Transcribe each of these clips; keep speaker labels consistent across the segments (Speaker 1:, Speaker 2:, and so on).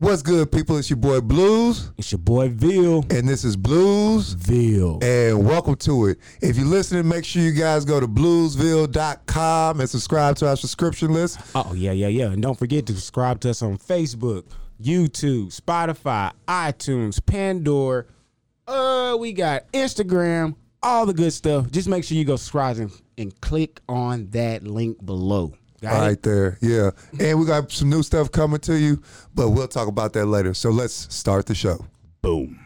Speaker 1: What's good, people? It's your boy Blues,
Speaker 2: It's your boy Ville.
Speaker 1: and this is Blues,
Speaker 2: Ville.
Speaker 1: and welcome to it. If you're listening, make sure you guys go to bluesville.com and subscribe to our subscription list.
Speaker 2: Oh yeah, yeah, yeah. And don't forget to subscribe to us on Facebook, YouTube, Spotify, iTunes, Pandora. Uh, we got Instagram, all the good stuff. Just make sure you go subscribe and, and click on that link below. Got it?
Speaker 1: Right there, yeah. And we got some new stuff coming to you, but we'll talk about that later. So let's start the show.
Speaker 2: Boom.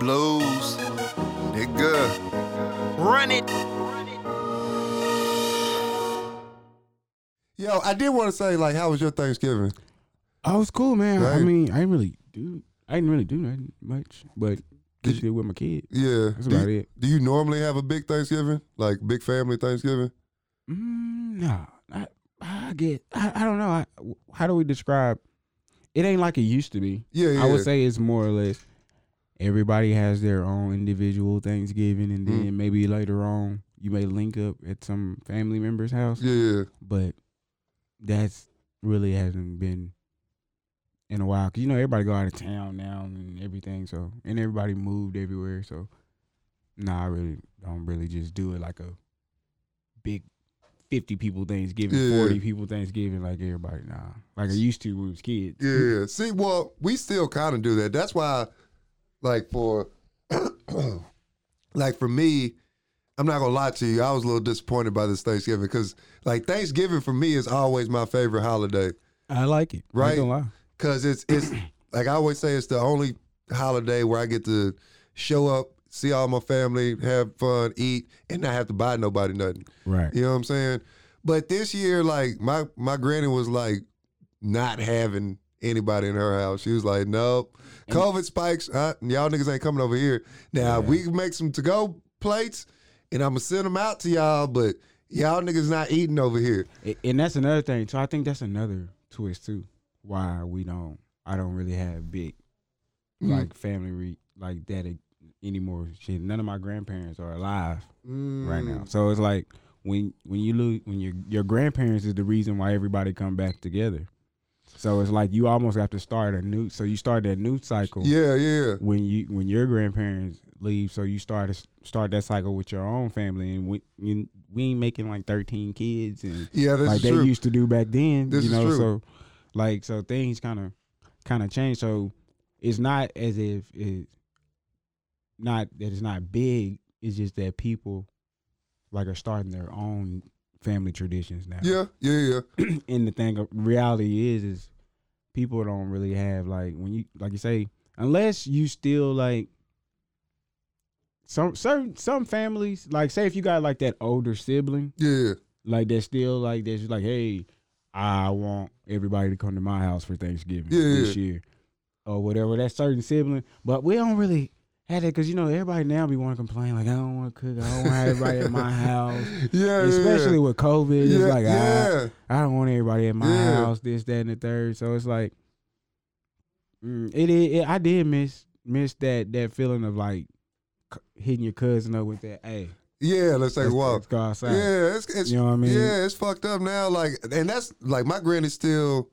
Speaker 1: Blues, nigga.
Speaker 3: Run it.
Speaker 1: Yo, I did want to say, like, how was your Thanksgiving?
Speaker 2: Oh, it's cool, man. I
Speaker 1: Right.
Speaker 2: mean, I didn't really do, I didn't really do nothing much, but just did with my kids.
Speaker 1: Yeah,
Speaker 2: That's
Speaker 1: do
Speaker 2: about
Speaker 1: you,
Speaker 2: it.
Speaker 1: Do you normally have a big Thanksgiving, like big family Thanksgiving?
Speaker 2: Mm, nah, I, I get. I, I don't know. I, how do we describe? It ain't like it used to be.
Speaker 1: Yeah, yeah.
Speaker 2: I would say it's more or less everybody has their own individual Thanksgiving, and
Speaker 1: Mm.
Speaker 2: then maybe later on you may link up at some family member's house.
Speaker 1: Yeah,
Speaker 2: But that's really hasn't been in a while. Cause you know everybody go out of town now and everything. So and everybody moved everywhere. So nah, I really don't really just do it like a big fifty people Thanksgiving,
Speaker 1: Yeah.
Speaker 2: forty people Thanksgiving, like everybody. Nah, like I used to when we was kids.
Speaker 1: yeah. See, well, we still kind of do that. That's why, like, for like for me, I'm not gonna lie to you. I was a little disappointed by this Thanksgiving because, like, Thanksgiving for me is always my favorite holiday
Speaker 2: I like it.
Speaker 1: Right.
Speaker 2: Ain't gonna lie.
Speaker 1: because it's it's like I always say, it's the only holiday where I get to show up, see all my family, have fun, eat, and not have to buy nobody nothing.
Speaker 2: Right.
Speaker 1: You know what I'm saying? But this year, like my my granny was like not having anybody in her house. She was like, nope. COVID spikes. Uh, y'all niggas ain't coming over here. Now we can make some to go plates, and I'm gonna send them out to y'all. But y'all niggas not eating over here.
Speaker 2: A- and that's another thing. So I think that's another twist too. Why we don't, I don't really have big like family re- like that a- anymore. Shit, none of my grandparents are alive right now.
Speaker 1: Mm.
Speaker 2: So it's like when when you lose when your your grandparents is the reason why everybody come back together. So it's like you almost have to start a new. So you start that new cycle
Speaker 1: Mm. Yeah, yeah,
Speaker 2: when you when your grandparents leave, so you start to start that cycle with your own family, and we you, we ain't making like thirteen kids, and
Speaker 1: Yeah, this
Speaker 2: like
Speaker 1: is
Speaker 2: they
Speaker 1: true.
Speaker 2: used to do back then.
Speaker 1: This
Speaker 2: you
Speaker 1: is
Speaker 2: know,
Speaker 1: true.
Speaker 2: so like so things kind of kind of change. So it's not as if it's not that it's not big. It's just that people like are starting their own family traditions now
Speaker 1: yeah, yeah, yeah.
Speaker 2: and the thing of reality is is people don't really have like when you like you say unless you still like some certain some families like say if you got like that older sibling
Speaker 1: Yeah,
Speaker 2: like that's still like that's just like hey I want everybody to come to my house for Thanksgiving
Speaker 1: Yeah, yeah.
Speaker 2: this year or whatever that certain sibling but we don't really have that because you know everybody now be want to complain like I don't want to cook I don't want everybody at my house
Speaker 1: yeah, yeah.
Speaker 2: especially with COVID it's
Speaker 1: yeah,
Speaker 2: like ah,
Speaker 1: yeah.
Speaker 2: I don't want everybody at my
Speaker 1: Yeah.
Speaker 2: house, this, that, and the third. So it's like, mm, it, it, it- I did miss miss that that feeling of like c- hitting your cousin up with that. Hey,
Speaker 1: yeah. Let's take
Speaker 2: let's,
Speaker 1: a walk.
Speaker 2: let's go outside.
Speaker 1: Yeah, it's, it's
Speaker 2: You know what I mean?
Speaker 1: Yeah, it's fucked up now. Like, and that's like my granny's still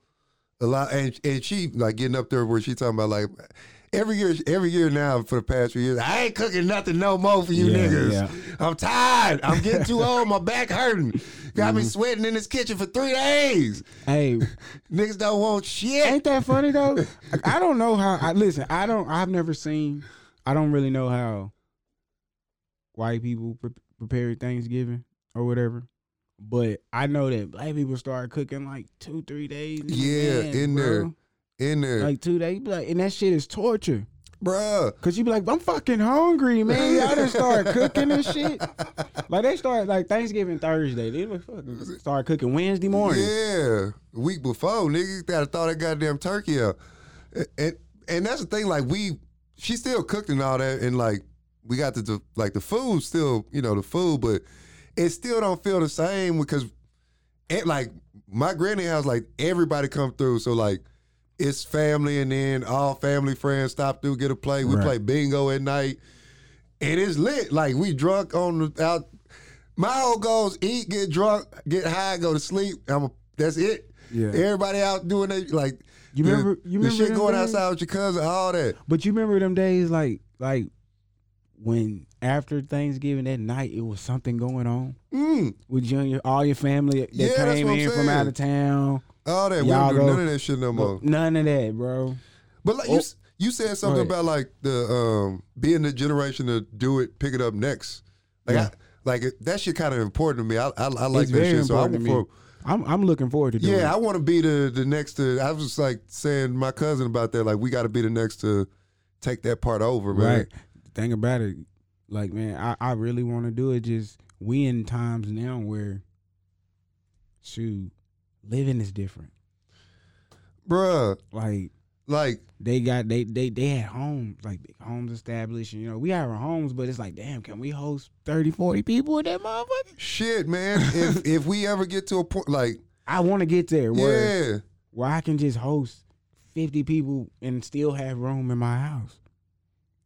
Speaker 1: alive, and and she like getting up there where she talking about like every year, every year now for the past few years, I ain't cooking nothing no more for you
Speaker 2: Yeah,
Speaker 1: niggas.
Speaker 2: yeah.
Speaker 1: I'm tired. I'm getting too old. My back hurting. Got
Speaker 2: Mm-hmm.
Speaker 1: me sweating in this kitchen for three days.
Speaker 2: Hey,
Speaker 1: Niggas don't want shit.
Speaker 2: ain't that funny though? I- I don't know how. I listen. I don't. I've never seen. I don't really know how white people pre- prepare Thanksgiving or whatever. But I know that black people start cooking like two, three days. in
Speaker 1: Yeah,
Speaker 2: advance,
Speaker 1: in there.
Speaker 2: bro.
Speaker 1: In there,
Speaker 2: Like two days, like, and that shit is torture.
Speaker 1: bruh.
Speaker 2: Cause you be like, I'm fucking hungry, man. Y'all just start cooking and shit. Like they start like Thanksgiving Thursday. They like fucking start cooking Wednesday morning.
Speaker 1: Yeah, week before, nigga, gotta thaw that goddamn turkey up. And, and and that's the thing, like we, she still cooked and all that, and like we got the, the like the food still, you know, the food, but it still don't feel the same because, it like my granny house, like everybody come through, so like. It's family, and then all family friends stop through, get a play. We
Speaker 2: Right.
Speaker 1: play bingo at night, and it's lit. Like we drunk on the out. My whole goal is eat, get drunk, get high, go to sleep. I'm a, that's it.
Speaker 2: Yeah.
Speaker 1: Everybody out doing it like
Speaker 2: You
Speaker 1: the-
Speaker 2: remember- you
Speaker 1: the
Speaker 2: remember
Speaker 1: shit
Speaker 2: them
Speaker 1: going
Speaker 2: days?
Speaker 1: outside with your cousin, all that.
Speaker 2: But you remember them days like like when after Thanksgiving that night it was something going on
Speaker 1: Mm,
Speaker 2: with you and your, all your family that
Speaker 1: Yeah, that's
Speaker 2: came
Speaker 1: what I'm
Speaker 2: in
Speaker 1: saying.
Speaker 2: from out of town.
Speaker 1: all that. we
Speaker 2: Y'all
Speaker 1: don't do
Speaker 2: go-
Speaker 1: none of that shit no more.
Speaker 2: None of that, bro.
Speaker 1: But
Speaker 2: Oh.
Speaker 1: like you, s- you said something
Speaker 2: ahead.
Speaker 1: about like the um being the generation to do it, pick it up next. Like I,
Speaker 2: Yeah.
Speaker 1: like it, that shit kind of important to me. I I, I like
Speaker 2: it's
Speaker 1: that
Speaker 2: very
Speaker 1: shit. So I
Speaker 2: important
Speaker 1: want
Speaker 2: to me.
Speaker 1: for
Speaker 2: I'm I'm looking forward to doing.
Speaker 1: Yeah, I
Speaker 2: it.
Speaker 1: want to be the the next to. I was just like saying to my cousin about that. Like we got to be the next to take that part over, man.
Speaker 2: right. The thing about it, like man, I I really want to do it. Just we in times now where, shoot, living is different.
Speaker 1: bruh.
Speaker 2: Like
Speaker 1: Like
Speaker 2: they got they they they had homes like big homes established and, you know we have our homes but it's like damn can we host 30 40 people in that motherfucker
Speaker 1: shit, man. if if we ever get to a point, like
Speaker 2: i want to get there where
Speaker 1: yeah,
Speaker 2: where i can just host 50 people and still have room in my house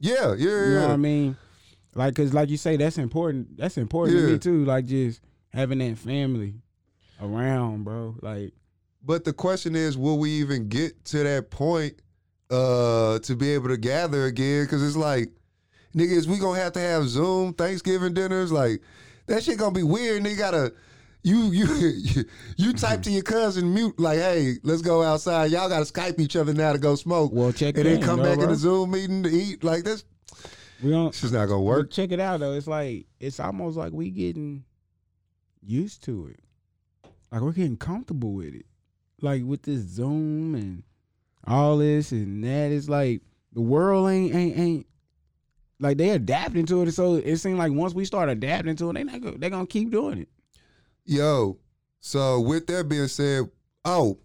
Speaker 1: yeah, yeah,
Speaker 2: you
Speaker 1: yeah.
Speaker 2: know what i mean like because like you say that's important that's important to
Speaker 1: Yeah.
Speaker 2: me too like just having that family around bro like
Speaker 1: But the question is, will we even get to that point uh to be able to gather again? Because it's like, niggas, we gonna have to have Zoom Thanksgiving dinners. Like that shit gonna be weird. And they gotta. You you you type to your cousin mute like hey let's go outside y'all gotta Skype each other now to go smoke
Speaker 2: well check
Speaker 1: and
Speaker 2: it
Speaker 1: then
Speaker 2: in,
Speaker 1: come
Speaker 2: though,
Speaker 1: back in
Speaker 2: bro.
Speaker 1: the Zoom meeting to eat like that's
Speaker 2: we don't
Speaker 1: It's just not gonna
Speaker 2: But
Speaker 1: work.
Speaker 2: check it out though. It's like it's almost like we getting used to it. Like we're getting comfortable with it. Like with this Zoom and all this and that. It's like the world ain't ain't ain't like they adapting to it. So it seems like once we start adapting to it, they not go, they gonna keep doing it.
Speaker 1: Yo, so with that being said, oh,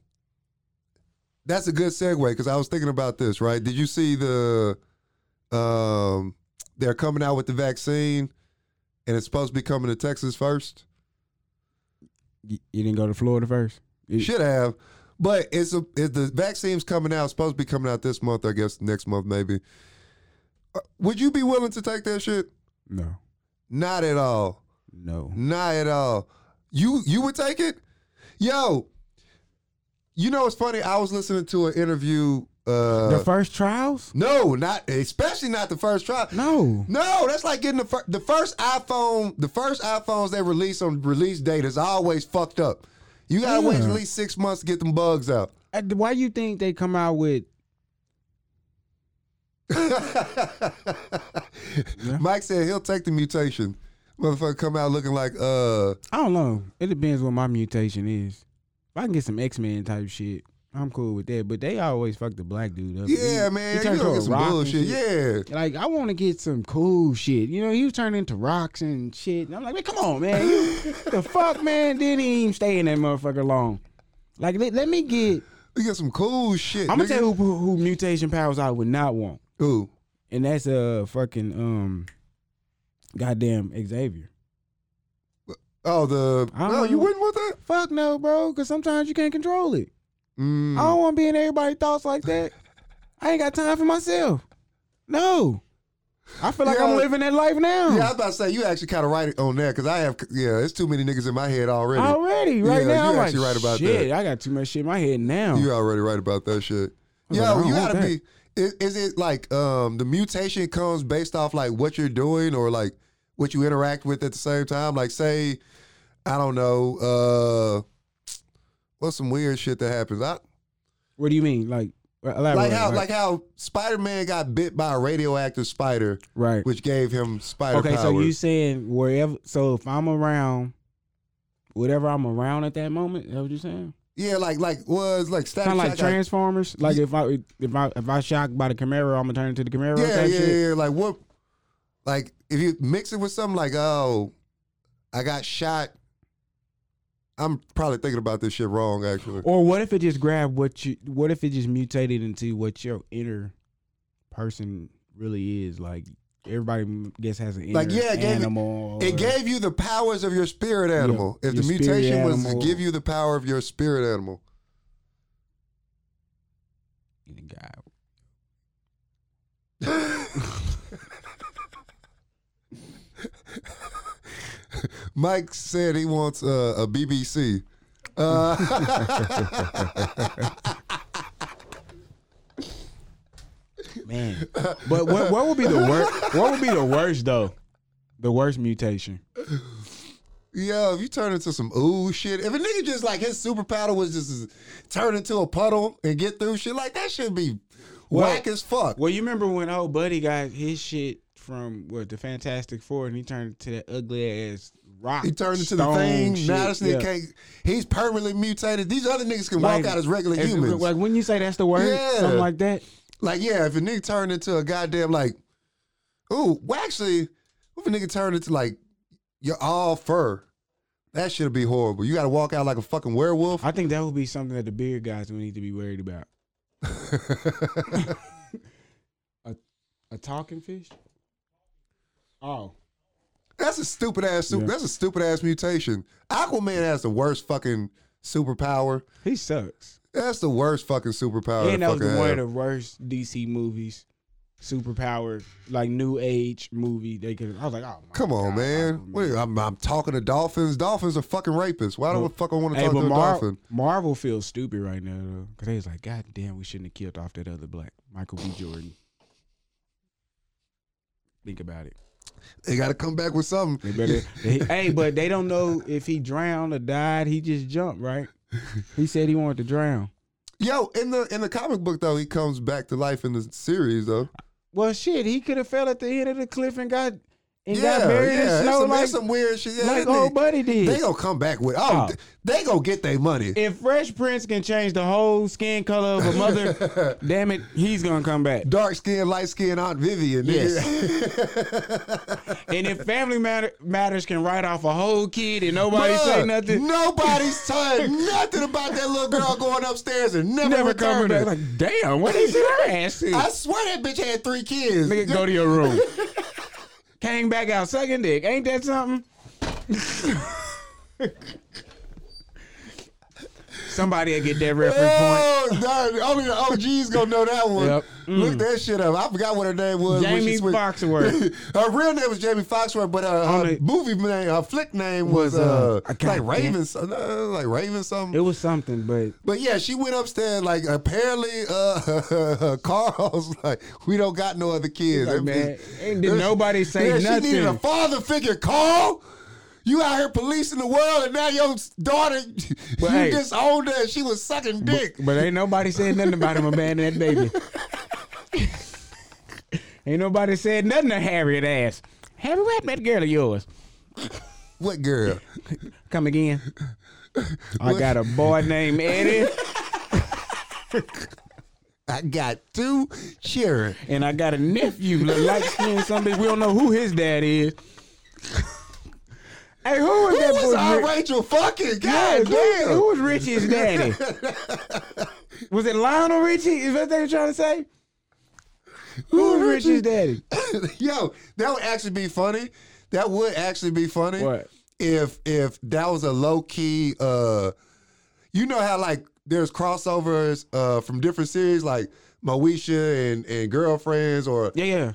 Speaker 1: that's a good segue because I was thinking about this. Right? Did you see the? Um, they're coming out with the vaccine, and it's supposed to be coming to Texas first.
Speaker 2: You, you didn't go to Florida first. It-
Speaker 1: Should have, but it's a it, the vaccine's coming out. It's supposed to be coming out this month, I guess next month maybe. Uh, Would you be willing to take that shit?
Speaker 2: No,
Speaker 1: Not at all.
Speaker 2: no.
Speaker 1: Not at all. You you would take it? Yo, you know it's funny. I was listening to an interview. Uh,
Speaker 2: the first trials?
Speaker 1: no, not especially not the first trial.
Speaker 2: No.
Speaker 1: No, that's like getting the first the first iPhone. The first iPhones they release on release date is always fucked up. You gotta wait
Speaker 2: Yeah.
Speaker 1: at least six months to get them bugs out.
Speaker 2: Uh, Why you think they come out with
Speaker 1: Mike said he'll take the mutation. Motherfucker come out looking like uh
Speaker 2: I don't know. It depends what my mutation is. If I can get some X Men type shit, I'm cool with that. But they always fuck the black dude up.
Speaker 1: yeah
Speaker 2: He-
Speaker 1: man
Speaker 2: he
Speaker 1: you
Speaker 2: turned
Speaker 1: gonna
Speaker 2: to
Speaker 1: get
Speaker 2: a
Speaker 1: some
Speaker 2: rock and
Speaker 1: bullshit yeah
Speaker 2: Like I want to get some cool shit. You know, he was turning into rocks and shit. And I'm like, man, come on, man. You- the fuck, man. Didn't even stay in that motherfucker long. Like, let, let me get.
Speaker 1: We get some cool shit.
Speaker 2: I'm gonna
Speaker 1: nigga.
Speaker 2: tell you who, who mutation powers I would not want,
Speaker 1: Who?
Speaker 2: and that's uh fucking um, goddamn Xavier.
Speaker 1: Oh, the.
Speaker 2: I
Speaker 1: No,
Speaker 2: don't-
Speaker 1: you wouldn't want that?
Speaker 2: Fuck no, bro. Because sometimes you can't control it.
Speaker 1: Mm,
Speaker 2: I don't want to be in everybody's thoughts like that. I ain't got time for myself. No. I feel like
Speaker 1: Yeah.
Speaker 2: I'm living that life now.
Speaker 1: Yeah, I was about to say, you actually kind of right on that because I have. Yeah, it's too many niggas in my head already.
Speaker 2: Already, right
Speaker 1: Yeah,
Speaker 2: now,
Speaker 1: you
Speaker 2: I'm like,
Speaker 1: actually right about
Speaker 2: shit, I got too much shit in my head now.
Speaker 1: you already right about that shit.
Speaker 2: I was
Speaker 1: Yo,
Speaker 2: like, I don't
Speaker 1: you
Speaker 2: want
Speaker 1: gotta
Speaker 2: that.
Speaker 1: be. Is, is it like um the mutation comes based off like what you're doing or like what you interact with at the same time? Like, say, I don't know, uh what's some weird shit that happens? I,
Speaker 2: What do you mean? Like, elaborate.
Speaker 1: like how like how Spider Man got bit by a radioactive spider,
Speaker 2: right.
Speaker 1: which gave him spider
Speaker 2: Okay,
Speaker 1: powers.
Speaker 2: so you saying wherever, so if I'm around, whatever I'm around at that moment, is that what you saying?
Speaker 1: Yeah, like like was like static
Speaker 2: Kind of like
Speaker 1: shock,
Speaker 2: Transformers. Like if I if I if I shocked by the Camaro, I'm gonna turn into the Camaro.
Speaker 1: yeah,
Speaker 2: type
Speaker 1: yeah,
Speaker 2: shit.
Speaker 1: yeah. Like what? Like if you mix it with something like, oh, I got shot. I'm probably thinking about this shit wrong, actually.
Speaker 2: Or what if it just grabbed what you? What if it just mutated into what your inner person really is? Like everybody guess has an inner
Speaker 1: Like, yeah, it gave it-
Speaker 2: animal.
Speaker 1: it
Speaker 2: or-
Speaker 1: gave you the powers of your spirit animal. if the
Speaker 2: your spirit
Speaker 1: mutation was to
Speaker 2: animal.
Speaker 1: give you the power of your spirit animal,
Speaker 2: and it got-
Speaker 1: Mike said he wants uh, a BBC. Uh,
Speaker 2: man. But what what would be the worst? What would be the worst though? The worst mutation.
Speaker 1: Yo, if you turn into some ooh shit, if a nigga just like his super power was just turn into a puddle and get through shit, like that should be
Speaker 2: Well-
Speaker 1: whack as fuck.
Speaker 2: Well, you remember when old buddy got his shit from what the Fantastic Four, and he turned into that ugly ass rock.
Speaker 1: He turned into the
Speaker 2: stone
Speaker 1: thing.
Speaker 2: shit.
Speaker 1: Now this
Speaker 2: Yeah.
Speaker 1: nigga can't. He's permanently mutated. These other niggas can walk out as regular
Speaker 2: if-
Speaker 1: humans.
Speaker 2: Like when you say that's the word,
Speaker 1: Yeah.
Speaker 2: something like that.
Speaker 1: Like, yeah, if a nigga turned into a goddamn like, ooh, well, actually, if a nigga turned into like you're all fur, that should be horrible. You got to walk out like a fucking werewolf.
Speaker 2: I think that would be something that the beard guys would need to be worried about. A talking fish. Oh,
Speaker 1: that's a stupid ass. Super,
Speaker 2: Yeah.
Speaker 1: That's a stupid ass mutation. Aquaman has the worst fucking superpower.
Speaker 2: he sucks.
Speaker 1: That's the worst fucking superpower. to
Speaker 2: and that was
Speaker 1: Oh, fucking
Speaker 2: one of
Speaker 1: have.
Speaker 2: the worst DC movies, superpower like new age movie. They could. I was like, oh, my
Speaker 1: Come on,
Speaker 2: God,
Speaker 1: man.
Speaker 2: Aquaman.
Speaker 1: What are you- I'm, I'm talking to dolphins. Dolphins are fucking rapists. Why do the
Speaker 2: Well,
Speaker 1: fuck I want to
Speaker 2: Hey,
Speaker 1: talk
Speaker 2: but
Speaker 1: to a
Speaker 2: Mar-
Speaker 1: dolphin?
Speaker 2: Marvel feels stupid right now though, because they was like, God damn, we shouldn't have killed off that other black Michael B. Jordan. Think about it.
Speaker 1: They got to come back with something.
Speaker 2: They better. they- hey, but they don't know if he drowned or died. He just jumped, right? He said he wanted to drown.
Speaker 1: Yo, in the in the comic book though, he comes back to life in the series though.
Speaker 2: Well, shit, he could have fell at the end of the cliff and got and
Speaker 1: yeah,
Speaker 2: got
Speaker 1: yeah.
Speaker 2: buried in
Speaker 1: it's
Speaker 2: snow
Speaker 1: some, it's
Speaker 2: like,
Speaker 1: some weird shit. Yeah,
Speaker 2: like
Speaker 1: that
Speaker 2: old
Speaker 1: nigga-
Speaker 2: buddy did.
Speaker 1: They gonna come back with oh,
Speaker 2: Oh.
Speaker 1: th- they gonna get their money.
Speaker 2: if Fresh Prince can change the whole skin color of a mother, damn it, he's gonna come back.
Speaker 1: Dark skin, light skin, Aunt Vivian. Nigga.
Speaker 2: And if Family matter, Matters can write off a whole kid and nobody say
Speaker 1: Bruh,
Speaker 2: nothing,
Speaker 1: Nobody's telling nothing about that little girl going upstairs and never,
Speaker 2: never coming
Speaker 1: returning.
Speaker 2: back. Like, damn, what is her ass? to?
Speaker 1: I swear that bitch had three kids.
Speaker 2: Nigga, go to your room. Came back out sucking dick. Ain't that something? Somebody'll get that reference point.
Speaker 1: Oh, dog, only the OG's gonna know that one.
Speaker 2: Yep.
Speaker 1: Look that shit up. I forgot what her name was. when she
Speaker 2: Mm. Jamie
Speaker 1: switched-
Speaker 2: Foxworth.
Speaker 1: her real name was Jamie Foxworth, but her, her
Speaker 2: Only-
Speaker 1: movie name, her flick name was,
Speaker 2: Was, uh,
Speaker 1: uh,
Speaker 2: I
Speaker 1: like
Speaker 2: can't-
Speaker 1: Raven, some- uh, like Raven something.
Speaker 2: It was something, but
Speaker 1: but yeah, she went upstairs. Like apparently, uh, Carl's like, we don't got no other kids.
Speaker 2: Like, man, ain't did nobody say
Speaker 1: yeah, She needed a
Speaker 2: nothing.
Speaker 1: father figure, Carl. You out here policing the world, and now your daughter, you
Speaker 2: But hey.
Speaker 1: disowned her. and She was sucking dick.
Speaker 2: but ain't nobody said nothing about him abandoning that baby. ain't nobody said nothing to Harriet ass. Harry, what happened to that girl of yours?
Speaker 1: What girl?
Speaker 2: Come again. I got a boy named Eddie,
Speaker 1: I got two children.
Speaker 2: and I got a nephew that likes me and something. We don't know who his dad is. hey, who was
Speaker 1: Who
Speaker 2: that
Speaker 1: was
Speaker 2: boy?
Speaker 1: our
Speaker 2: Ri-
Speaker 1: Rachel fucking?
Speaker 2: Yeah,
Speaker 1: God
Speaker 2: who,
Speaker 1: damn.
Speaker 2: who was Richie's daddy? was it Lionel Richie? Is that what they were trying to say? Who was Richie's daddy?
Speaker 1: Yo, that would actually be funny. That would actually be funny.
Speaker 2: What?
Speaker 1: If if that was a low key uh you know how like there's crossovers uh from different series like Moesha and and girlfriends or
Speaker 2: Yeah, yeah.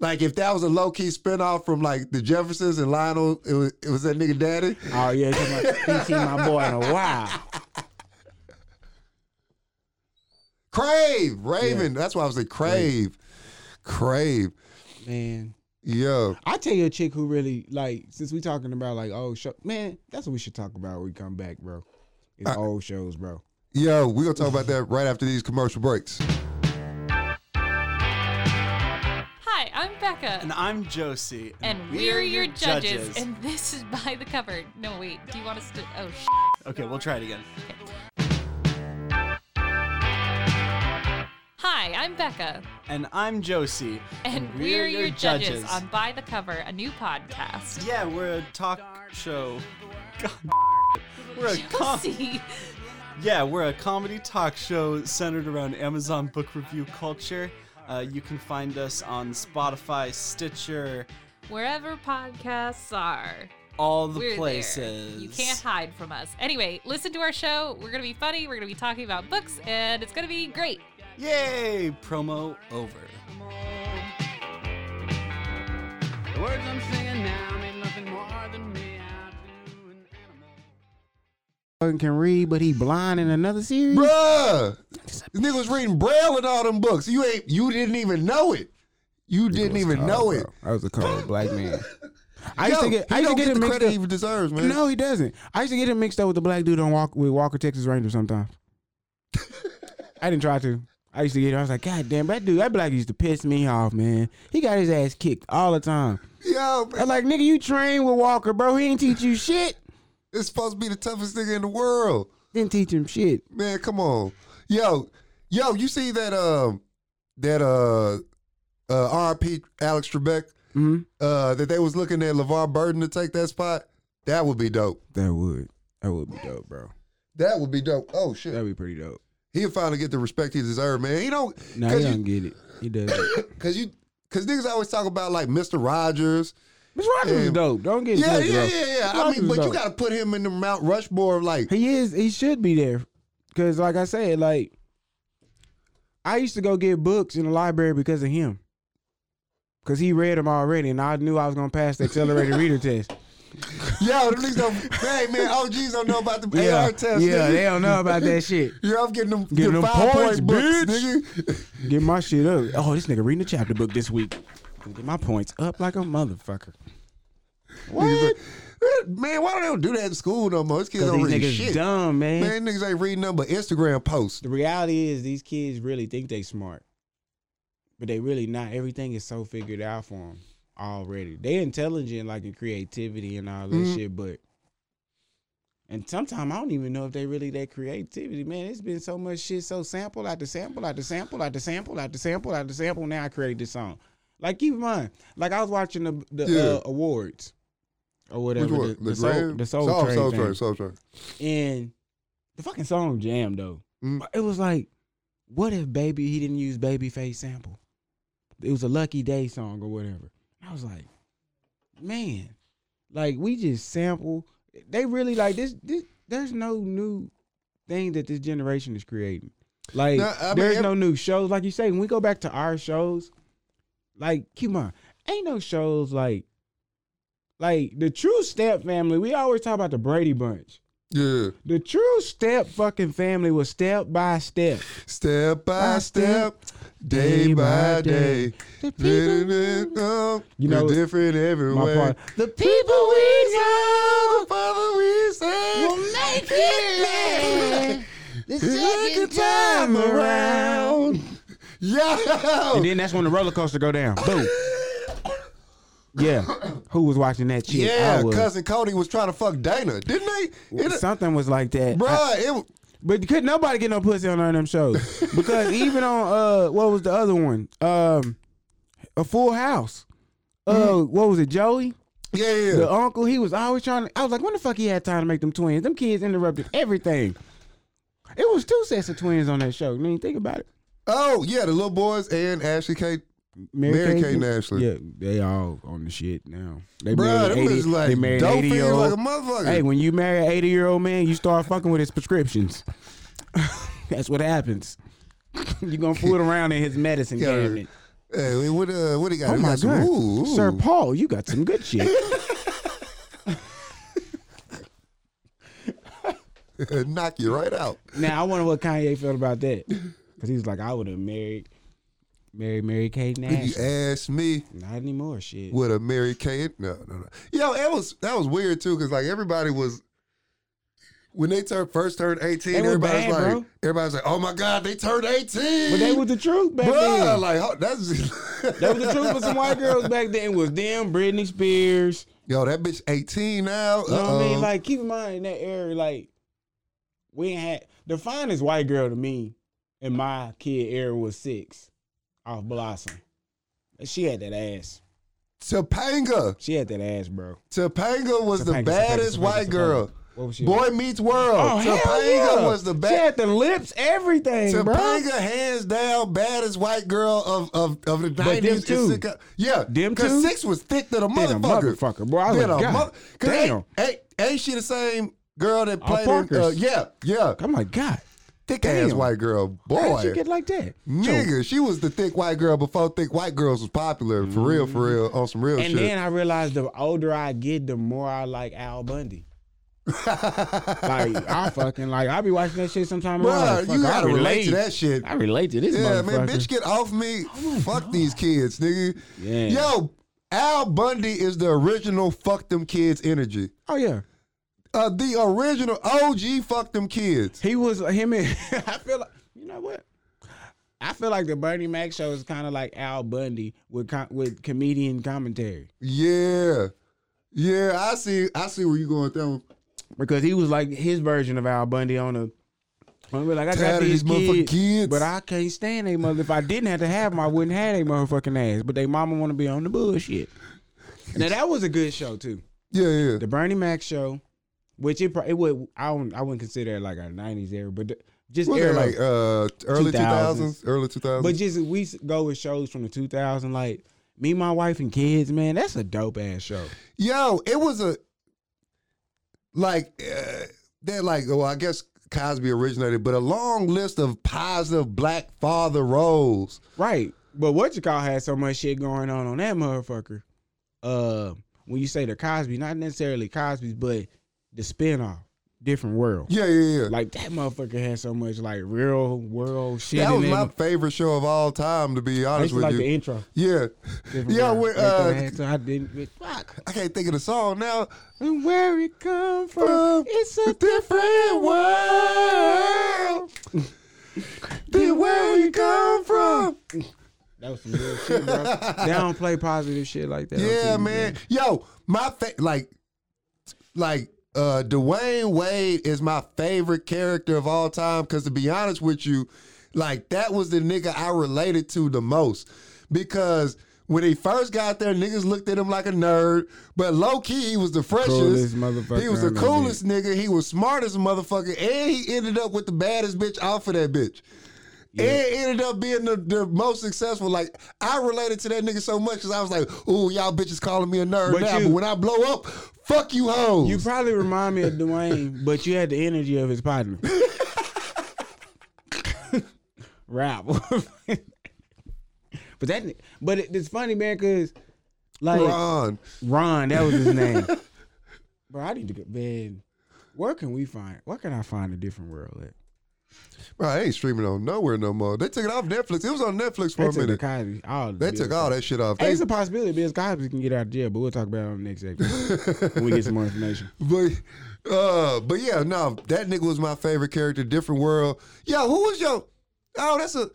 Speaker 1: like if that was a low key spinoff from like the Jeffersons and Lionel it was, it was that nigga daddy.
Speaker 2: Oh yeah, he my, he seen my boy in a while.
Speaker 1: Crave, Raven. That's why I was like Crave. Crave.
Speaker 2: Man,
Speaker 1: Yo.
Speaker 2: I tell you a chick who really like. Since we talking about like old show, man, that's what we should talk about when we come back, bro. It's old shows, bro.
Speaker 1: Yo, we're gonna talk about that right after these commercial breaks.
Speaker 3: Hi, I'm Becca.
Speaker 4: And I'm Josie.
Speaker 3: And we're your judges, and this is by the cover. No, wait. Do you want us to? Oh, sh-
Speaker 4: okay, we'll try it again.
Speaker 3: Hi, I'm Becca,
Speaker 4: And I'm Josie.
Speaker 3: and we're, your judges, on By the Cover, a new podcast.
Speaker 4: Yeah, we're a talk show. God, we're a com-
Speaker 3: Josie.
Speaker 4: yeah, we're a comedy talk show centered around Amazon book review culture. Uh, you can find us on Spotify, Stitcher,
Speaker 3: Wherever podcasts are,
Speaker 4: all the
Speaker 3: we're there.
Speaker 4: places.
Speaker 3: You can't hide from us. Anyway, listen to our show. We're going to be funny. We're going to be talking about books, and it's going to be great.
Speaker 4: Yay! Promo over.
Speaker 5: The words I'm singing now mean nothing more than me out to an animal.
Speaker 2: Fucking can read, but he blind in another series.
Speaker 1: Bruh, this nigga was reading braille in all them books. You ain't, you didn't even know it. You didn't even know it.
Speaker 2: I was a cold black man. I used to
Speaker 1: Yo,
Speaker 2: get,
Speaker 1: he
Speaker 2: I
Speaker 1: don't
Speaker 2: used to get,
Speaker 1: the
Speaker 2: it mixed
Speaker 1: credit
Speaker 2: up.
Speaker 1: he deserves, man.
Speaker 2: No, he doesn't. I used to get him mixed up with the black dude on Walk with Walker Texas Ranger sometimes. I didn't try to. I used to get. I was like, God damn, that dude, that black used to piss me off, man. He got his ass kicked all the time.
Speaker 1: Yo,
Speaker 2: I'm like, nigga, you train with Walker, bro. He didn't teach you shit.
Speaker 1: it's supposed to be the toughest nigga in the world.
Speaker 2: Didn't teach him shit.
Speaker 1: Man, come on. Yo, yo, you see that um that uh uh RP Alex Trebek
Speaker 2: Mhm.
Speaker 1: uh that they was looking at LeVar Burton to take that spot? That would be dope.
Speaker 2: That would. That would be dope, bro.
Speaker 1: That would be dope. Oh shit.
Speaker 2: That'd be pretty dope.
Speaker 1: He'll finally get the respect he deserves, man. He don't
Speaker 2: Nah, he
Speaker 1: cause,
Speaker 2: don't
Speaker 1: you,
Speaker 2: get it. He does. Miss
Speaker 1: cause you cause niggas always talk about like Mr. Rogers.
Speaker 2: Rogers is
Speaker 1: Yeah.
Speaker 2: dope. Don't get it.
Speaker 1: Yeah,
Speaker 2: twisted,
Speaker 1: yeah,
Speaker 2: bro.
Speaker 1: yeah, yeah.
Speaker 2: Mr.
Speaker 1: I
Speaker 2: Rogers
Speaker 1: mean,
Speaker 2: is
Speaker 1: but you
Speaker 2: dope.
Speaker 1: gotta put him in the Mount Rushmore of like
Speaker 2: He is. He should be there, because like I said, like I used to go get books in the library because of him, because he read them already, and I knew I was gonna pass the accelerated reader test.
Speaker 1: Yo, them niggas don't hey man, OGs don't know about the
Speaker 2: Yeah,
Speaker 1: AR test.
Speaker 2: yeah,
Speaker 1: nigga.
Speaker 2: they don't know about that shit.
Speaker 1: Yeah, I'm getting them,
Speaker 2: Getting
Speaker 1: the
Speaker 2: them
Speaker 1: five
Speaker 2: points,
Speaker 1: point books,
Speaker 2: bitch.
Speaker 1: nigga.
Speaker 2: Get my shit up. Oh, this nigga reading the chapter book this week. Get my points up like a motherfucker.
Speaker 1: What? Man, why don't they do that in school no more? These kids
Speaker 2: Because
Speaker 1: don't
Speaker 2: these
Speaker 1: read
Speaker 2: niggas
Speaker 1: shit.
Speaker 2: dumb, man.
Speaker 1: Man, niggas ain't reading nothing but Instagram posts.
Speaker 2: The reality is these kids really think they smart, but they really not. Everything is so figured out for them already. They intelligent, like in creativity and all that
Speaker 1: Mhm.
Speaker 2: shit, but and sometimes I don't even know if they really that creativity. Man, it's been so much shit, so sample after sample after sample after sample after sample after sample. Now I created this song. Like keep in mind, like I was watching the the
Speaker 1: Yeah.
Speaker 2: uh, awards or whatever
Speaker 1: Which one?
Speaker 2: the, the, soul,
Speaker 1: Grand?
Speaker 2: the soul,
Speaker 1: soul
Speaker 2: train
Speaker 1: Soul
Speaker 2: thing.
Speaker 1: train. Soul train.
Speaker 2: And the fucking song jammed though.
Speaker 1: Mm.
Speaker 2: It was like, what if baby he didn't use babyface sample? It was a lucky day song or whatever. I was like, man, like we just sample. They really like this. this there's no new thing that this generation is creating. Like
Speaker 1: Nah, I mean,
Speaker 2: there's
Speaker 1: ev-
Speaker 2: no new shows. Like you say, when we go back to our shows, like keep in mind, ain't no shows like like the true step family. We always talk about the Brady Bunch.
Speaker 1: Yeah.
Speaker 2: The true step fucking family was step by step.
Speaker 1: Step by
Speaker 2: By
Speaker 1: step,
Speaker 2: step,
Speaker 1: day
Speaker 2: day
Speaker 1: by
Speaker 2: by
Speaker 1: day.
Speaker 2: The people-
Speaker 1: You
Speaker 2: You know,
Speaker 1: know, different every
Speaker 2: My
Speaker 1: way.
Speaker 2: part. The
Speaker 1: People
Speaker 2: people
Speaker 1: we
Speaker 2: we know
Speaker 1: know, Father we say,
Speaker 2: will make it last the
Speaker 1: Second time around. Yo.
Speaker 2: And then that's when the roller coaster go down. Boom. Yeah. Who was watching that shit?
Speaker 1: Yeah,
Speaker 2: I was.
Speaker 1: cousin Cody was trying to fuck Dana, didn't they? It,
Speaker 2: Something was like that.
Speaker 1: bruh,
Speaker 2: I-
Speaker 1: it was
Speaker 2: But could nobody get no pussy on none of them shows because even on uh what was the other one um a Full House uh
Speaker 1: Mm.
Speaker 2: what was it Joey
Speaker 1: yeah, yeah.
Speaker 2: the uncle he was always trying to, I was like when the fuck he had time to make them twins them kids interrupted everything it was two sets of twins on that show I mean think about it
Speaker 1: oh yeah, the little boys and Ashley Kate. Mary Kay Nash.
Speaker 2: yeah they all on the shit now they
Speaker 1: Bruh, them
Speaker 2: married
Speaker 1: is
Speaker 2: 80 they
Speaker 1: like
Speaker 2: married
Speaker 1: dope
Speaker 2: 80 year
Speaker 1: fiends like a
Speaker 2: old
Speaker 1: motherfucker.
Speaker 2: Hey, when you marry an 80 year old man, you start fucking with his prescriptions. That's what happens. you going to fool around in his medicine
Speaker 1: Yeah.
Speaker 2: cabinet.
Speaker 1: Hey, what uh, what he got?
Speaker 2: Oh,
Speaker 1: He
Speaker 2: my
Speaker 1: got some-
Speaker 2: God.
Speaker 1: ooh, ooh.
Speaker 2: Sir Paul, you got some good shit.
Speaker 1: knock you right out.
Speaker 2: now, I wonder what Kanye felt about that. Because he's like, I would have married, married Mary Kate Nash.
Speaker 1: You asked me
Speaker 2: Not anymore, shit.
Speaker 1: what a Mary Kate. No, no, no. Yo, that was that was weird too, because like everybody was. When they turned first turned eighteen,
Speaker 2: They were
Speaker 1: everybody's
Speaker 2: bad,
Speaker 1: like,
Speaker 2: bro.
Speaker 1: everybody's like, "Oh my God, they turned 18.
Speaker 2: But they was the truth back
Speaker 1: Bruh,
Speaker 2: then.
Speaker 1: like how- that's just-
Speaker 2: that was the truth for some white girls back then. Was them, Britney Spears.
Speaker 1: Yo, that bitch 18 now.
Speaker 2: You know what I mean?
Speaker 1: Uh-oh.
Speaker 2: Like, keep in mind in that era, like, we ain't had the finest white girl to me and my kid Aaron was six off Blossom. And she had that ass.
Speaker 1: Topanga.
Speaker 2: She had that ass, bro.
Speaker 1: Topanga was the
Speaker 2: Topanga, Topanga,
Speaker 1: baddest
Speaker 2: Topanga,
Speaker 1: white
Speaker 2: Topanga.
Speaker 1: girl.
Speaker 2: What was she?
Speaker 1: Boy Meets World.
Speaker 2: oh, hell
Speaker 1: Topanga
Speaker 2: yeah.
Speaker 1: was the
Speaker 2: She
Speaker 1: best.
Speaker 2: had the lips, everything, bro.
Speaker 1: Topanga, hands down, baddest white girl of of, of the
Speaker 2: But them
Speaker 1: nineties.
Speaker 2: two.
Speaker 1: Yeah,
Speaker 2: Them
Speaker 1: Cause
Speaker 2: two?
Speaker 1: six was thick to the
Speaker 2: Than a
Speaker 1: motherfucker.
Speaker 2: motherfucker, bro. I was
Speaker 1: Than
Speaker 2: like,
Speaker 1: a
Speaker 2: God
Speaker 1: mother- 'cause
Speaker 2: damn.
Speaker 1: Ain't, ain't, ain't she the same girl that
Speaker 2: Al
Speaker 1: played? In, uh,
Speaker 2: Parker's.
Speaker 1: yeah, yeah.
Speaker 2: I'm like, Oh God,
Speaker 1: Thick ass
Speaker 2: damn.
Speaker 1: white girl. Boy,
Speaker 2: how did you get like that?
Speaker 1: Nigga, she was the thick white girl before thick white girls was popular. For real,
Speaker 2: Mm.
Speaker 1: for real, on some real
Speaker 2: And
Speaker 1: shit.
Speaker 2: then I realized the older I get, the more I like Al Bundy. like I fucking like I be watching that shit sometime. and I'm
Speaker 1: Bruh,
Speaker 2: like, fuck,
Speaker 1: you
Speaker 2: I
Speaker 1: gotta relate to that shit.
Speaker 2: I relate to this
Speaker 1: Yeah,
Speaker 2: motherfucker.
Speaker 1: man, bitch, get off me. Fuck these kids, nigga.
Speaker 2: Yeah.
Speaker 1: Yo, Al Bundy is the original fuck them kids energy.
Speaker 2: Oh yeah,
Speaker 1: Uh, the original OG fuck them kids.
Speaker 2: he was him and I feel like you know what. I feel like the Bernie Mac show is kind of like Al Bundy with com- with comedian commentary
Speaker 1: Yeah. Yeah, I see I see where you going with that one.
Speaker 2: because he was like his version of Al Bundy on a. I'm like I
Speaker 1: Tired
Speaker 2: got
Speaker 1: of
Speaker 2: these
Speaker 1: these motherfucking
Speaker 2: kids,
Speaker 1: kids.
Speaker 2: but I can't stand they mother. If I didn't have to have them, I wouldn't have they motherfucking ass. But they mama want to be on the bullshit. Now that was a good show too.
Speaker 1: Yeah, yeah.
Speaker 2: the Bernie Mac show, which it pro- it would I don't, I wouldn't consider it like a nineties era, but the, just
Speaker 1: What was
Speaker 2: era
Speaker 1: that like uh early
Speaker 2: 2000s?
Speaker 1: 2000s, early 2000s.
Speaker 2: but just we s- go with shows from the two thousand like. Me, my wife, and kids, man, that's a dope ass show.
Speaker 1: Yo, it was a like uh, that. Like, well, I guess Cosby originated, but a long list of positive black father roles.
Speaker 2: Right. But what you call had so much shit going on on that motherfucker. Uh, when you say the Cosby, not necessarily Cosby's, but the spinoff, different world.
Speaker 1: Yeah, yeah, yeah.
Speaker 2: Like that motherfucker had so much like real world shit.
Speaker 1: that
Speaker 2: in
Speaker 1: was
Speaker 2: it.
Speaker 1: my favorite show of all time, to be
Speaker 2: I
Speaker 1: honest
Speaker 2: used to
Speaker 1: with
Speaker 2: like
Speaker 1: you.
Speaker 2: the intro.
Speaker 1: yeah, yeah.
Speaker 2: we
Speaker 1: When, uh,
Speaker 2: I didn't. Fuck.
Speaker 1: I can't think of the song now.
Speaker 2: And where it come from,
Speaker 1: From
Speaker 2: it's a
Speaker 1: a different world than where we come from.
Speaker 2: That was some real shit, bro. they don't play positive shit like that. on
Speaker 1: Yeah,
Speaker 2: TV,
Speaker 1: man. Yo, my fa- like, like uh Dwayne Wade is my favorite character of all time. Because to be honest with you, like that was the nigga I related to the most because. When he first got there, niggas looked at him like a nerd. But low key, he was the freshest.
Speaker 2: Coolest motherfucker
Speaker 1: he was
Speaker 2: I
Speaker 1: the
Speaker 2: know,
Speaker 1: coolest nigga. He was smartest motherfucker, and he ended up with the baddest bitch off of that bitch. And ended up being the, the most successful. Like I related to that nigga so much because I was like, "Ooh, y'all bitches calling me a nerd
Speaker 2: But
Speaker 1: now,
Speaker 2: you-
Speaker 1: but when I blow up, fuck you hoes."
Speaker 2: You probably remind me of Dwayne, but you had the energy of his partner. Rap. but that, but it, it's funny, man, because like
Speaker 1: Ron,
Speaker 2: Ron, that was his name. bro, I need to go, man. Where can we find? Where can I find a different world at?
Speaker 1: bro, I ain't streaming on nowhere no more. They took it off Netflix. It was on Netflix for
Speaker 2: They
Speaker 1: a
Speaker 2: took the
Speaker 1: minute.
Speaker 2: Cosby. All the
Speaker 1: they
Speaker 2: bills.
Speaker 1: took all that shit off.
Speaker 2: Hey,
Speaker 1: They,
Speaker 2: it's a possibility. Bill Cosby can get out of jail, but we'll talk about it on the next episode when we get some more information.
Speaker 1: but, uh, but yeah, no, that nigga was my favorite character. Different world. Yo, who was your? Oh, that's a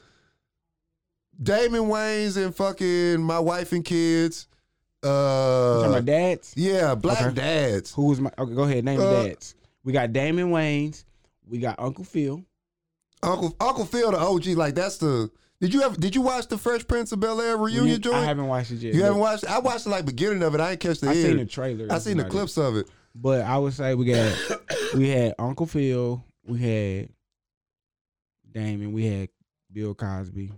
Speaker 1: Damon Wayans and fucking my wife and kids.
Speaker 2: Talking
Speaker 1: Uh,
Speaker 2: about dads.
Speaker 1: yeah, black
Speaker 2: Okay.
Speaker 1: dads.
Speaker 2: Who was my? Okay, go ahead. Name
Speaker 1: Uh,
Speaker 2: the dads. We got Damon Wayans. We got Uncle Phil.
Speaker 1: Uncle Uncle Phil, the OG, like that's the. Did you ever? Did you watch the Fresh Prince of Bel Air reunion joint?
Speaker 2: I haven't watched it yet.
Speaker 1: you haven't
Speaker 2: but
Speaker 1: watched? it? I watched the like beginning of it. I didn't catch the
Speaker 2: I
Speaker 1: end.
Speaker 2: seen the trailer.
Speaker 1: I seen the
Speaker 2: Everybody.
Speaker 1: clips of it.
Speaker 2: But I would say we got we had Uncle Phil. We had Damon. We had Bill Cosby.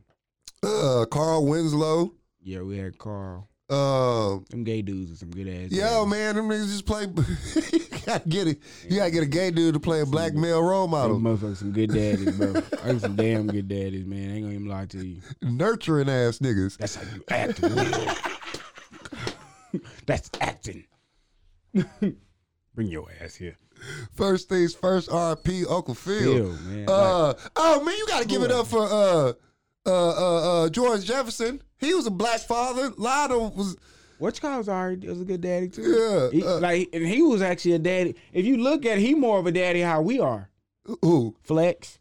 Speaker 1: Uh, Carl Winslow.
Speaker 2: Yeah, we had Carl.
Speaker 1: Um,
Speaker 2: Them gay dudes with some good ass.
Speaker 1: yo,
Speaker 2: dads.
Speaker 1: man, them niggas just play. you gotta get it. You gotta get a gay dude to play a black male role
Speaker 2: Them
Speaker 1: model.
Speaker 2: motherfuckers some good daddies, bro. I some damn good daddies, man. I ain't gonna even lie to you.
Speaker 1: Nurturing ass niggas.
Speaker 2: That's how you act, Will. That's acting. Bring your ass here.
Speaker 1: First things first. R.P. Uncle Phil.
Speaker 2: Phil, man. Like,
Speaker 1: Uh, oh man, you gotta give it up for uh, uh, uh, uh, George Jefferson. He was a black father. Lionel was.
Speaker 2: what Charles already was a good daddy too.
Speaker 1: Yeah,
Speaker 2: He-
Speaker 1: uh,
Speaker 2: like and he was actually a daddy. If you look at it, he more of a daddy how we are.
Speaker 1: Who?
Speaker 2: Flex.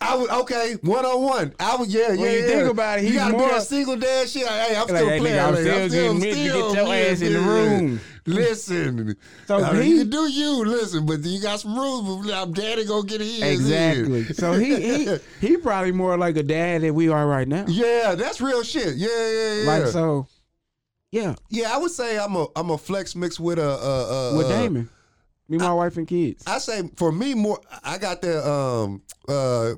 Speaker 1: I was okay, one on one. I was yeah, yeah.
Speaker 2: When you
Speaker 1: yeah.
Speaker 2: think about it,
Speaker 1: you
Speaker 2: he's
Speaker 1: gotta be
Speaker 2: more-
Speaker 1: that single dad shit. Like, hey, I'm
Speaker 2: Like,
Speaker 1: still
Speaker 2: hey, nigga,
Speaker 1: playing.
Speaker 2: I'm
Speaker 1: like,
Speaker 2: still getting me to get your ass in the room.
Speaker 1: Listen,
Speaker 2: So
Speaker 1: I mean,
Speaker 2: he-
Speaker 1: you can do you. Listen, but you got some rules. But I'm daddy gonna get his
Speaker 2: Exactly.
Speaker 1: in.
Speaker 2: So he he he probably more like a dad than we are right now.
Speaker 1: yeah, that's real shit. Yeah, yeah, yeah.
Speaker 2: Like so, yeah.
Speaker 1: yeah, I would say I'm a I'm a flex mix with a uh, uh,
Speaker 2: With
Speaker 1: uh,
Speaker 2: Damon, me, my wife, and kids.
Speaker 1: I say for me more I got the um uh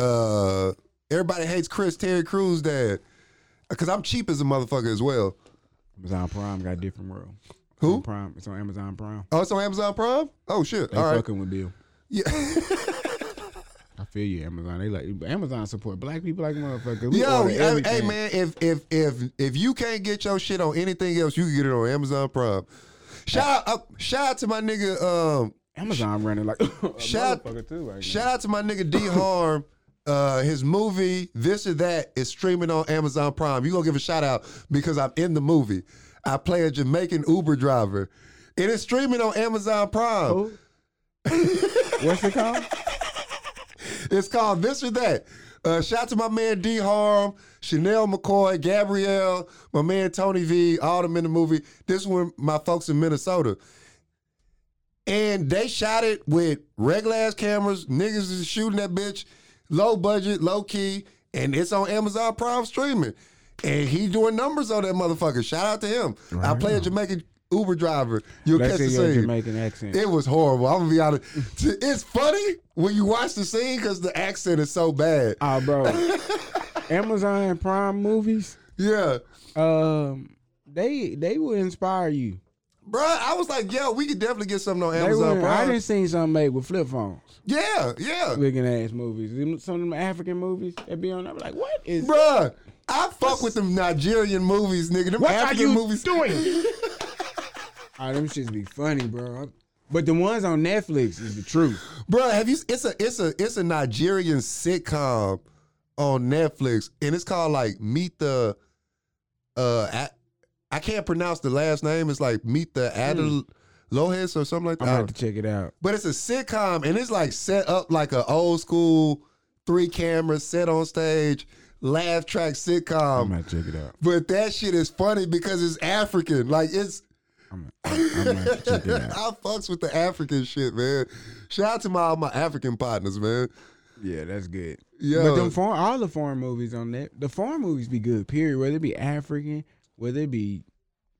Speaker 1: uh everybody hates Chris Terry Crews dad. Cause I'm cheap as a motherfucker as well.
Speaker 2: Amazon Prime got a different world.
Speaker 1: Who?
Speaker 2: On Prime? It's on Amazon Prime.
Speaker 1: Oh, it's on Amazon Prime? Oh shit.
Speaker 2: They
Speaker 1: All right.
Speaker 2: fucking with Bill.
Speaker 1: Yeah.
Speaker 2: I feel you, Amazon. They like Amazon support black people like motherfuckers. We
Speaker 1: Yo,
Speaker 2: order
Speaker 1: hey, hey,
Speaker 2: everything.
Speaker 1: man, if if if if you can't get your shit on anything else, you can get it on Amazon Prime. Shout out uh, shout out to my nigga um
Speaker 2: Amazon running like a
Speaker 1: Shout-
Speaker 2: motherfucker too. Right now.
Speaker 1: Shout out to my nigga D Harm. Uh, his movie This or That is streaming on Amazon Prime. You gonna give a shout out because I'm in the movie. I play a Jamaican Uber driver. It is streaming on Amazon Prime.
Speaker 2: Who? What's it called?
Speaker 1: It's called This or That. Uh, shout out to my man D Harm, Chanel McCoy, Gabrielle, my man Tony V, all them in the movie. This one, my folks in Minnesota. And they shot it with regular ass cameras. Niggas is shooting that bitch, low budget, low key, and it's on Amazon Prime streaming. And he doing numbers on that motherfucker. Shout out to him. I play a Jamaican Uber driver. You'll
Speaker 2: Let's
Speaker 1: catch the
Speaker 2: see your
Speaker 1: scene.
Speaker 2: Jamaican accent.
Speaker 1: It was horrible. I'm gonna be honest. It's funny when you watch the scene because the accent is so bad.
Speaker 2: Ah, bro. Amazon Prime movies,
Speaker 1: Yeah,
Speaker 2: um, they they will inspire you.
Speaker 1: bro. I was like, yo, we could definitely get something on
Speaker 2: They
Speaker 1: Amazon
Speaker 2: will- I
Speaker 1: Prime.
Speaker 2: didn't seen something made with flip phones,
Speaker 1: Yeah, yeah,
Speaker 2: looking ass movies. Them- Some of them African movies that be on. I'm like, what is?
Speaker 1: bro. I fuck with them Nigerian movies, nigga. Them
Speaker 2: what
Speaker 1: African
Speaker 2: are you
Speaker 1: movies.
Speaker 2: doing? Ah, them shits be funny, bro. But the ones on Netflix is the truth.
Speaker 1: Bruh, have you? It's a it's a it's a Nigerian sitcom on Netflix, and it's called like Meet the. Uh, I, I can't pronounce the last name. It's like Meet the Adel Lohes or something like
Speaker 2: Hmm. I'm
Speaker 1: that.
Speaker 2: gonna have to check it out.
Speaker 1: but it's a sitcom and it's like set up like an old school three cameras set on stage laugh track
Speaker 2: I'm
Speaker 1: sitcom
Speaker 2: gonna check it out.
Speaker 1: but that shit is funny because it's african like it's
Speaker 2: I'm gonna, I'm gonna have to check it out.
Speaker 1: i fucks with the african shit man shout out to my all my african partners man
Speaker 2: Yeah, that's good.
Speaker 1: Yo.
Speaker 2: But them foreign, all the foreign movies on that, the foreign movies be good. Period. Whether it be African, whether it be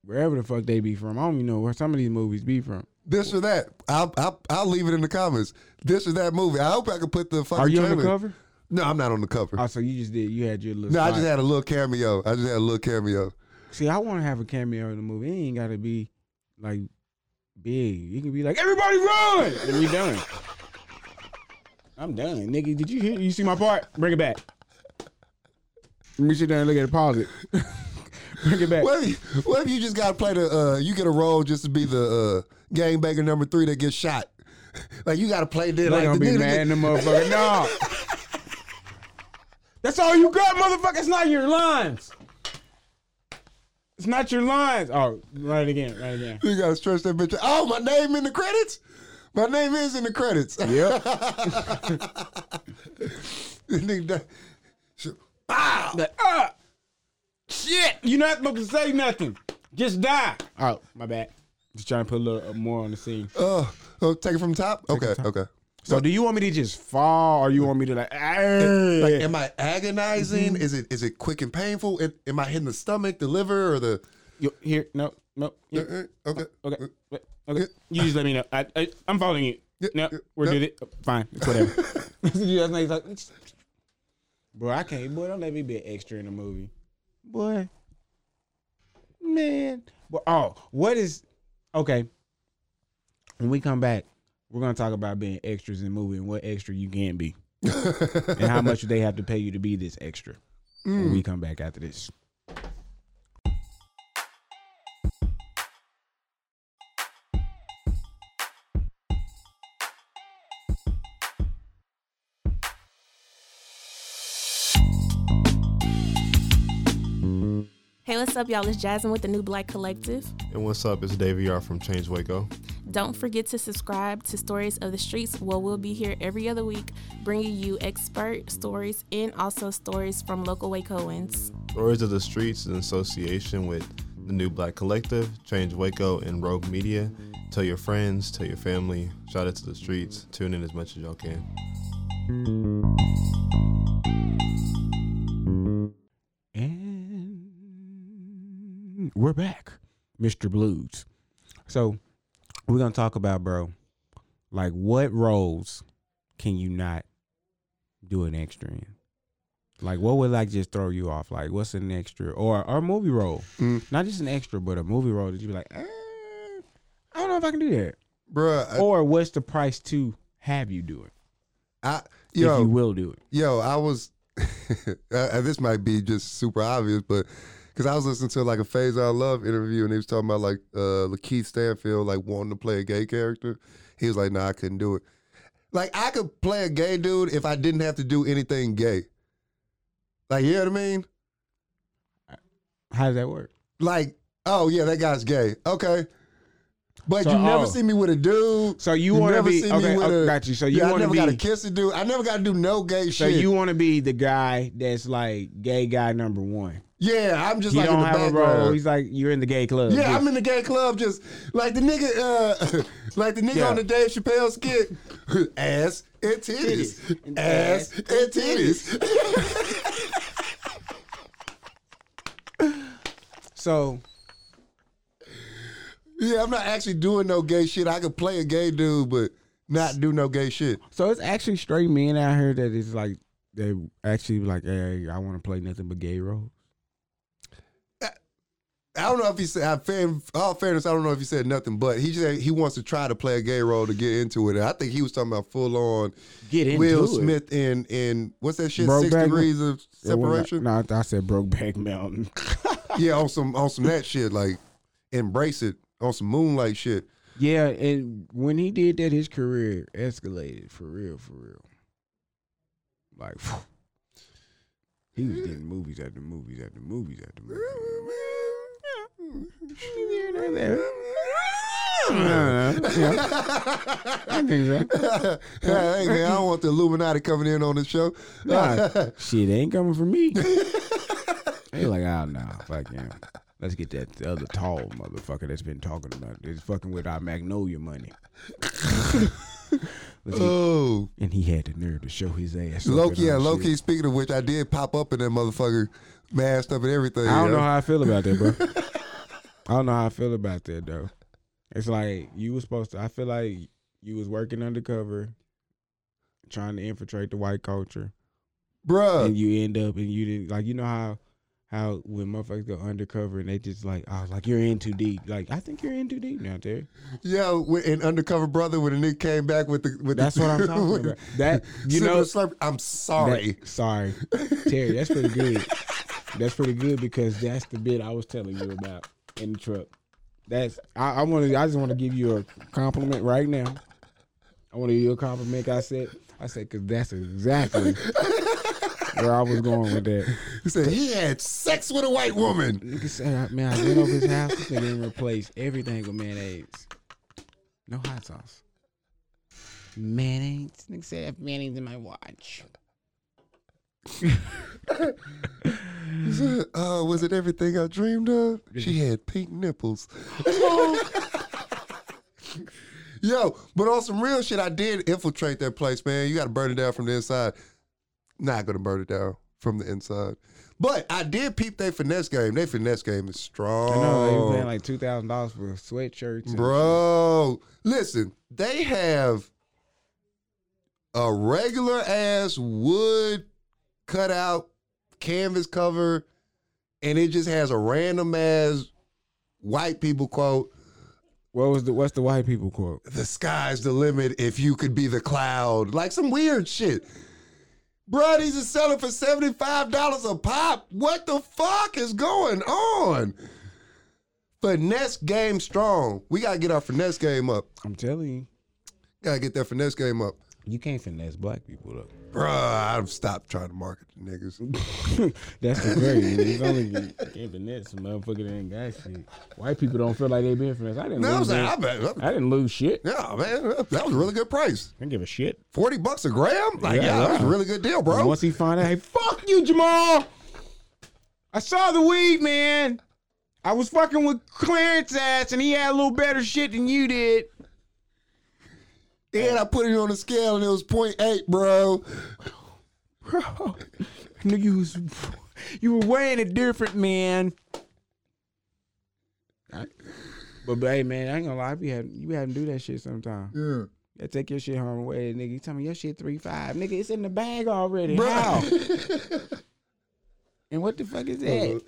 Speaker 2: wherever the fuck they be from, I don't even know where some of these movies be from.
Speaker 1: this or that i'll, I'll, I'll leave it in the comments this or that movie i hope i can put the fucking
Speaker 2: Are you on the
Speaker 1: trailer-
Speaker 2: cover?
Speaker 1: no i'm not on the cover
Speaker 2: Oh, so you just did. You had your little.
Speaker 1: no i
Speaker 2: spot.
Speaker 1: just had a little cameo i just had a little cameo
Speaker 2: See, I want to have a cameo in the movie. It ain't gotta be like big. You can be like, everybody run, and we done. I'm done, nigga. Did you hear? You see my part? Bring it back. Let me sit down and look at it. Pause it. Bring it back.
Speaker 1: What if, you- what if you just gotta play the uh you get a role just to be the uh gangbanger number three that gets shot? Like you gotta play this.
Speaker 2: They
Speaker 1: Like
Speaker 2: gonna
Speaker 1: the
Speaker 2: be
Speaker 1: nigga
Speaker 2: mad
Speaker 1: get-
Speaker 2: in the motherfucker. No. That's all you got, motherfucker. It's not your lines. It's not your lines. Oh, run it again. Run it again.
Speaker 1: You gotta stretch that bitch. out. Oh, my name in the credits? My name is in the credits.
Speaker 2: Yep.
Speaker 1: Nigga done- Sh- Wow.
Speaker 2: Like, ah, shit. You're not supposed to say nothing. Just die. Oh, my bad. Just trying to put a little uh, more on the scene.
Speaker 1: Oh, oh, take it from the top? Okay, okay.
Speaker 2: So, do you want me to just fall, or you want me to like? "Arr"?
Speaker 1: Like, am I agonizing? Is it is it quick and painful? Am- Am I hitting the stomach, the liver, or the
Speaker 2: You- here, no, no.
Speaker 1: uh,
Speaker 2: yeah,
Speaker 1: uh, okay.
Speaker 2: okay, wait,
Speaker 1: yeah.
Speaker 2: okay. You just let me know. I, I, I'm following you.
Speaker 1: Yeah,
Speaker 2: No,
Speaker 1: yeah,
Speaker 2: we're
Speaker 1: no.
Speaker 2: good. It. Fine, it's whatever. You guys know, he's like, bro, I can't. Boy, don't let me be an extra in the movie. Boy, man. But oh, what is? Okay. When we come back, we're gonna talk about being extras in the movie and what extra you can be, and how much they have to pay you to be this extra. When
Speaker 1: Mm.
Speaker 2: we come back after this.
Speaker 6: Hey, what's up, y'all? It's Jasmine with the New Black Collective.
Speaker 7: And what's up? It's Davey R from Change Waco.
Speaker 6: Don't forget to subscribe to Stories of the Streets, where we'll be here every other week bringing you expert stories and also stories from local Wacoans.
Speaker 7: Stories of the Streets in association with the New Black Collective, Change Waco, and Rogue Media. Tell your friends, tell your family. Shout out to the streets. Tune in as much as y'all can.
Speaker 2: And we're back, Mr. Blues. So we're gonna talk about, bro, like what roles can you not do an extra in? Like what would like just throw you off? Like what's an extra or or a movie role?
Speaker 1: Mm.
Speaker 2: Not just an extra, but a movie role that you be like, eh, I don't know if I can do that.
Speaker 1: Bruh, I-
Speaker 2: or what's the price to have you do it?
Speaker 1: I,
Speaker 2: If
Speaker 1: yo,
Speaker 2: you will do it.
Speaker 1: Yo, I was. uh, this might be just super obvious, but because I was listening to like a Phase I Love interview, and he was talking about like uh, Lakeith Stanfield like wanting to play a gay character. He was like, "Nah, I couldn't do it. Like, I could play a gay dude if I didn't have to do anything gay. Like, you know what I mean?
Speaker 2: How does that work?
Speaker 1: Like, oh yeah, that guy's gay. Okay." But
Speaker 2: So,
Speaker 1: you never
Speaker 2: oh.
Speaker 1: see me with a dude.
Speaker 2: So you wanna
Speaker 1: never
Speaker 2: be-
Speaker 1: see
Speaker 2: okay,
Speaker 1: me with
Speaker 2: oh,
Speaker 1: a,
Speaker 2: got you. So you
Speaker 1: yeah, I
Speaker 2: wanna
Speaker 1: never got to
Speaker 2: be-
Speaker 1: kiss a dude. I never got to do no gay
Speaker 2: So
Speaker 1: shit.
Speaker 2: you want to be the guy that's like gay guy number one.
Speaker 1: yeah, I'm just
Speaker 2: you
Speaker 1: like
Speaker 2: don't
Speaker 1: in the
Speaker 2: have
Speaker 1: background.
Speaker 2: a role. He's like you're in the gay club.
Speaker 1: Yeah, I'm in the gay club, just like the nigga, uh, like the nigga
Speaker 2: Yeah.
Speaker 1: on the Dave Chappelle skit. ass and titties, ass and titties.
Speaker 2: so
Speaker 1: yeah, I'm not actually doing no gay shit. I could play a gay dude, but not do no gay shit.
Speaker 2: so it's actually straight men out here that is like they actually like hey I want to play nothing but gay roles.
Speaker 1: I don't know if he said. I fair, all fairness, I don't know if he said nothing, but he said he wants to try to play a gay role to get into it. And I think he was talking about full on
Speaker 2: Get into
Speaker 1: Will
Speaker 2: it.
Speaker 1: Smith in in what's that shit?
Speaker 2: Brokeback
Speaker 1: Six
Speaker 2: Mo-
Speaker 1: degrees of
Speaker 2: Yeah, what was
Speaker 1: separation.
Speaker 2: I- No, I, I said Brokeback Mountain.
Speaker 1: yeah, on some on some that shit, like embrace it on some moonlight shit.
Speaker 2: yeah, and when he did that, his career escalated for real, for real. Like he was getting movies after movies after movies after movies. I think so.
Speaker 1: hey man, I don't want the Illuminati coming in on this show.
Speaker 2: Nah, shit ain't coming from me. they like, oh no, fuck him. Let's get that other tall motherfucker that's been talking about this fucking with our magnolia money. Let's get-
Speaker 1: Oh,
Speaker 2: and he had the nerve to show his ass. up
Speaker 1: Loki,
Speaker 2: and
Speaker 1: yeah,
Speaker 2: all
Speaker 1: Loki.
Speaker 2: shit.
Speaker 1: Speaking of which, I did pop up in that motherfucker, masked up and everything.
Speaker 2: I don't
Speaker 1: yo.
Speaker 2: know how I feel about that, bro. I don't know how I feel about that though. It's like you was supposed to. I feel like you was working undercover, trying to infiltrate the white culture.
Speaker 1: bruh.
Speaker 2: and you end up and you didn't like you know how how when motherfuckers go undercover and they just like oh like you're in too deep like I think you're in too deep now Terry
Speaker 1: Yo, with- an undercover brother when the nigga came back with the with
Speaker 2: that's
Speaker 1: the,
Speaker 2: what I'm talking
Speaker 1: with the
Speaker 2: about that you
Speaker 1: sipping
Speaker 2: know
Speaker 1: slurp. I'm sorry.
Speaker 2: that, sorry Terry that's pretty good that's pretty good because that's the bit I was telling you about in the truck that's I, I want to I just want to give you a compliment right now I want to give you a compliment I said I said because that's exactly where I was going with that.
Speaker 1: He said he had sex with a white woman.
Speaker 2: Nigga said, man, I went over his house this nigga and replaced everything with mayonnaise. No hot sauce. Mayonnaise. Nigga said, I have mayonnaise in my watch.
Speaker 1: He said, "Oh, was it everything I dreamed of? She had pink nipples." Yo, but on some real shit, I did infiltrate that place, man. You got to burn it down from the inside. Not gonna burn it down from the inside, but I did peep their finesse game. Their finesse game is
Speaker 2: I
Speaker 1: strong.
Speaker 2: know, they were paying like $2,000 for sweatshirts. and
Speaker 1: Bro, listen, they have a regular ass wood cutout canvas cover, and it just has a random ass white people quote.
Speaker 2: What was the, what's the white people quote?
Speaker 1: The sky's the limit if you could be the cloud. Like some weird shit. Bruh, these are selling for $75 a pop. What the fuck is going on? Finesse game strong. We gotta get our finesse game up.
Speaker 2: I'm telling you.
Speaker 1: Gotta get that finesse game up.
Speaker 2: You can't finesse black people though.
Speaker 1: Bruh, I've stopped trying to market to niggas.
Speaker 2: That's the great. It's only you can't finesse a motherfucker that ain't got shit. White people don't feel like they been finessed. I didn't
Speaker 1: No, I was
Speaker 2: lose.
Speaker 1: like, I
Speaker 2: that.
Speaker 1: bet.
Speaker 2: I, didn't lose shit. I
Speaker 1: Yeah, man, that was a really good price.
Speaker 2: didn't give a shit.
Speaker 1: Forty bucks a gram. Like, yeah,
Speaker 2: Yeah,
Speaker 1: that was a
Speaker 2: wow.
Speaker 1: really good deal, bro.
Speaker 2: And once he find out, hey, fuck you, Jamal. I saw the weed, man. I was fucking with Clarence ass, and he had a little better shit than you did.
Speaker 1: and I put it on the scale, and it was 0.8, bro.
Speaker 2: Bro, I knew you was you were weighing it different, man. I- but, but hey, man, I ain't gonna lie. I be having, you be having to do that shit sometime.
Speaker 1: Yeah.
Speaker 2: I take your shit home away, nigga. You tell me your shit three five, nigga. It's in the bag already.
Speaker 1: Bruh.
Speaker 2: How? and what the fuck is that?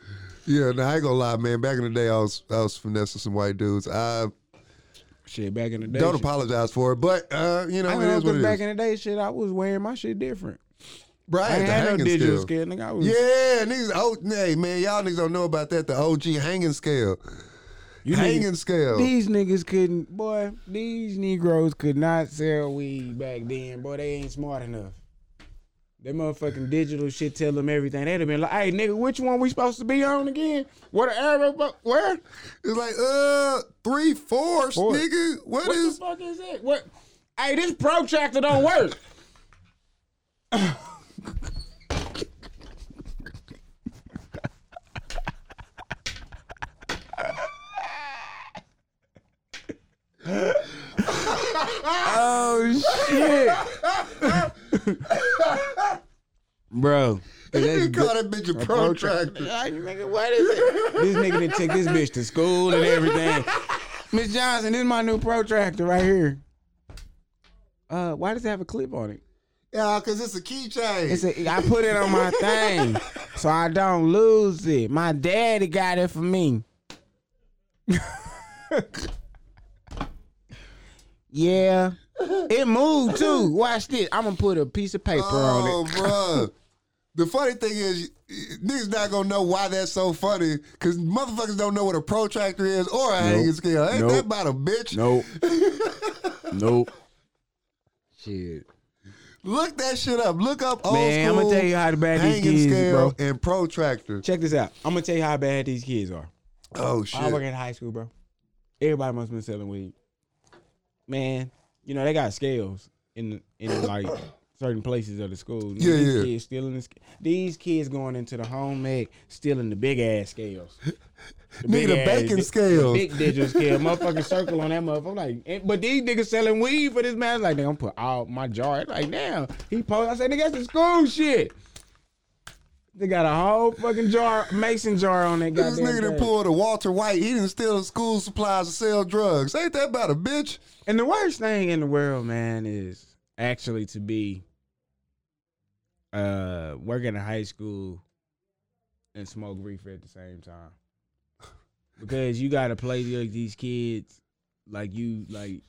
Speaker 1: Yeah, no, I ain't gonna lie, man. Back in the day, I was I was finessing some white dudes. I
Speaker 2: Shit, back in the day.
Speaker 1: don't
Speaker 2: shit-
Speaker 1: apologize for it, but uh, you know,
Speaker 2: I
Speaker 1: it
Speaker 2: know,
Speaker 1: is what
Speaker 2: 'cause
Speaker 1: it
Speaker 2: back
Speaker 1: is.
Speaker 2: in the day, shit, I was wearing my shit different.
Speaker 1: Bro, I
Speaker 2: I
Speaker 1: had
Speaker 2: ain't
Speaker 1: the
Speaker 2: had no
Speaker 1: hanging
Speaker 2: digital
Speaker 1: scale.
Speaker 2: scale, nigga. I was,
Speaker 1: Yeah, niggas. Oh, hey, man, y'all niggas don't know about that. The OG hanging scale,
Speaker 2: you
Speaker 1: hanging
Speaker 2: niggas-
Speaker 1: scale.
Speaker 2: These niggas couldn't, boy. These Negroes could not sell weed back then. Boy, they ain't smart enough. That motherfucking digital shit tell them everything. They'd have been like, "Hey, nigga, which one we supposed to be on again? What the arrow? bu- Where?
Speaker 1: It's like uh three fourths,
Speaker 2: Fourth.
Speaker 1: nigga. what
Speaker 2: What the
Speaker 1: is?
Speaker 2: fuck is it? What? Hey, this protractor don't work. oh shit, bro.
Speaker 1: You call that bitch a protractor?
Speaker 2: Like, nigga, what is it? this nigga didn't take this bitch to school and everything. Miss Johnson, this is my new protractor right here. Uh, why does it have a clip on it?
Speaker 1: Yeah, cause it's a keychain.
Speaker 2: It's a, I put it on my thing so I don't lose it. My daddy got it for me. yeah. It moved too. Watch this. I'm gonna put a piece of paper
Speaker 1: Oh,
Speaker 2: on it.
Speaker 1: bruh. The funny thing is, niggas not gonna know why that's so funny, cause motherfuckers don't know what a protractor is or a hanging scale. Ain't
Speaker 2: Nope.
Speaker 1: that about a bitch?
Speaker 2: Nope. nope. Shit.
Speaker 1: Look that shit up. Look up old
Speaker 2: Man,
Speaker 1: school
Speaker 2: I'ma tell you how bad these
Speaker 1: hanging
Speaker 2: kids is,
Speaker 1: scale
Speaker 2: bro.
Speaker 1: and protractor.
Speaker 2: Check this out. I'm gonna tell you how bad these kids are.
Speaker 1: Oh shit!
Speaker 2: I work in high school, bro. Everybody must have been selling weed. Man, you know they got scales in in like certain places of the school.
Speaker 1: Yeah,
Speaker 2: these
Speaker 1: yeah.
Speaker 2: Kids stealing the, sc- these kids going into the home ec stealing the big ass scales. The
Speaker 1: Nigga, the
Speaker 2: big ass-
Speaker 1: bacon
Speaker 2: the
Speaker 1: scales.
Speaker 2: big digital scale, motherfucking circle on that motherfucker. Like, and- but these niggas selling weed for this man. It's Like, nigga, I'm put all my jar. It's Like, damn, he posted. I said, nigga, that's the school shit. They got a whole fucking jar, mason jar on that
Speaker 1: This
Speaker 2: goddamn.
Speaker 1: nigga done
Speaker 2: thing.
Speaker 1: pulled a Walter White. He didn't steal school supplies to sell drugs. Ain't that about a bitch?
Speaker 2: And the worst thing in the world, man, is actually to be uh working in high school and smoke reefer at the same time. Because you gotta play the- these kids like you like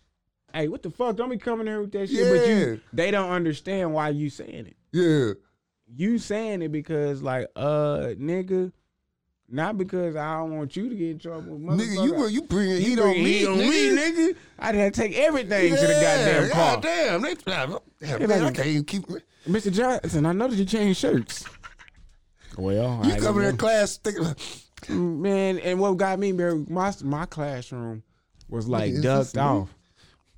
Speaker 2: hey, what the fuck? Don't be coming here with that shit. But
Speaker 1: Yeah.
Speaker 2: you they don't understand why you saying it.
Speaker 1: Yeah.
Speaker 2: You saying it because like uh nigga, not because I don't want you to get in trouble.
Speaker 1: Nigga, you
Speaker 2: motherfucker.
Speaker 1: were you bringing
Speaker 2: You
Speaker 1: heat
Speaker 2: bring
Speaker 1: on me,
Speaker 2: heat on
Speaker 1: nigga.
Speaker 2: me, nigga. I done take everything to the goddamn car.
Speaker 1: Goddamn, they, damn,
Speaker 2: They
Speaker 1: man,
Speaker 2: like-
Speaker 1: I can't even keep.
Speaker 2: Mr. Johnson, I noticed you changed shirts. Well,
Speaker 1: You coming in class thinking,
Speaker 2: man. And what got me, man, my my classroom was like
Speaker 1: is this
Speaker 2: ducked
Speaker 1: new?
Speaker 2: off.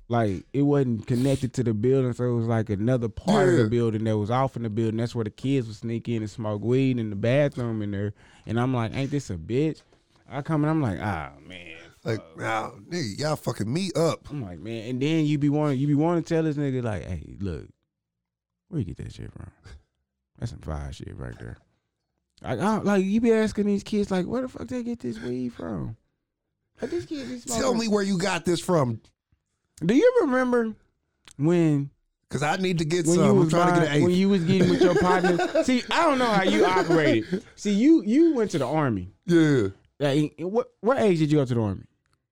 Speaker 2: Like it wasn't connected to the building, so it was like another part of
Speaker 1: Yeah.
Speaker 2: the building that was off in the building. That's where the kids would sneak in and smoke weed in the bathroom in there. And I'm like, ain't this a bitch? I come and I'm like, ah man.
Speaker 1: like, nah, nigga, y'all fucking me up.
Speaker 2: I'm like, man. And then you be wanting you be wanting to tell this nigga like, hey, look, where you get that shit from? That's some fire shit right there. Like, I, like you be asking these kids like, where the fuck they get this weed from? Like these kids be smoking.
Speaker 1: Tell me where you got this from,
Speaker 2: do you remember when
Speaker 1: cause I need to get
Speaker 2: when
Speaker 1: some.
Speaker 2: you
Speaker 1: I'm
Speaker 2: was
Speaker 1: trying to get
Speaker 2: buying-
Speaker 1: an eighth.
Speaker 2: when you was getting with your partner? See, I don't know how you operated. See, you you went to the army.
Speaker 1: yeah,
Speaker 2: Like, what what age did you go to the army?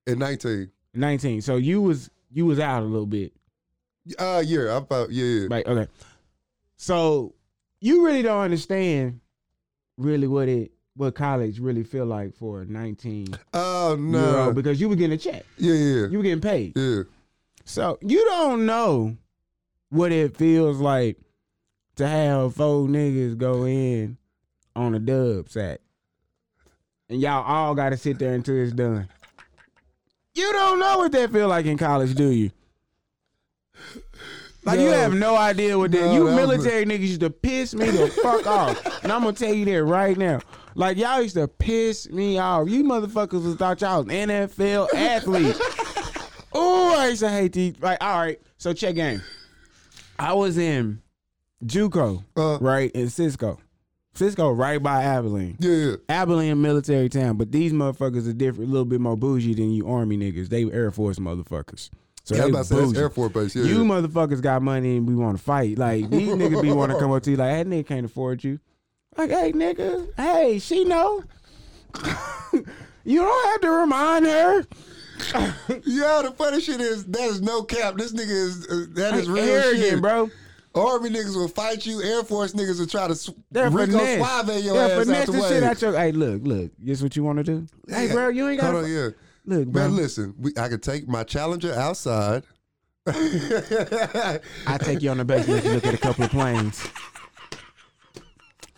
Speaker 1: at 19.
Speaker 2: Nineteen. So you was you was out a little bit.
Speaker 1: Uh, yeah, I about yeah, yeah.
Speaker 2: Right. Okay. So you really don't understand really what it what college really feel like for a 19
Speaker 1: Oh
Speaker 2: year old
Speaker 1: no,
Speaker 2: because you were getting a check,
Speaker 1: yeah, yeah,
Speaker 2: you were getting paid.
Speaker 1: yeah.
Speaker 2: So you don't know what it feels like to have four niggas go in on a dub sack. And y'all all gotta sit there until it's done. You don't know what that feel like in college, do you? Like you
Speaker 1: No.
Speaker 2: have no idea what that.
Speaker 1: No,
Speaker 2: you
Speaker 1: Oh, that was-
Speaker 2: military niggas used to piss me the fuck off, and I'm gonna tell you that right now. Like y'all used to piss me off. You motherfuckers was thought y'all was NFL athletes. oh, I used to hate these. Like all right, so check game. I was in JUCO,
Speaker 1: Uh.
Speaker 2: right in Cisco, Cisco right by Abilene.
Speaker 1: Yeah, yeah.
Speaker 2: Abilene military town, but these motherfuckers are different, a little bit more bougie than you army niggas. They Air Force motherfuckers. So
Speaker 1: Yeah, I was
Speaker 2: they
Speaker 1: about to say, that's
Speaker 2: bougie.
Speaker 1: Air Force base. Yeah,
Speaker 2: you
Speaker 1: yeah.
Speaker 2: motherfuckers got money and we want to fight. Like these niggas be want to come up to you like, that nigga can't afford you. Like, hey nigga, hey, she know. you don't have to remind her.
Speaker 1: Yo, the funny shit is that is no cap. This nigga is uh, that is
Speaker 2: Like,
Speaker 1: real
Speaker 2: arrogant,
Speaker 1: shit.
Speaker 2: bro.
Speaker 1: Army niggas will fight you. Air Force niggas will try to sw-
Speaker 2: They're
Speaker 1: Rico
Speaker 2: finesse.
Speaker 1: Suave your
Speaker 2: They're
Speaker 1: ass
Speaker 2: finesse
Speaker 1: out the
Speaker 2: the
Speaker 1: way.
Speaker 2: shit out your. Hey, look, look. This what you want to do? Hey,
Speaker 1: Yeah.
Speaker 2: bro, you ain't got.
Speaker 1: Hold on, yeah.
Speaker 2: Look, bro.
Speaker 1: Man, listen, we, I could take my challenger outside.
Speaker 2: I take you on the basement to look at a couple of planes.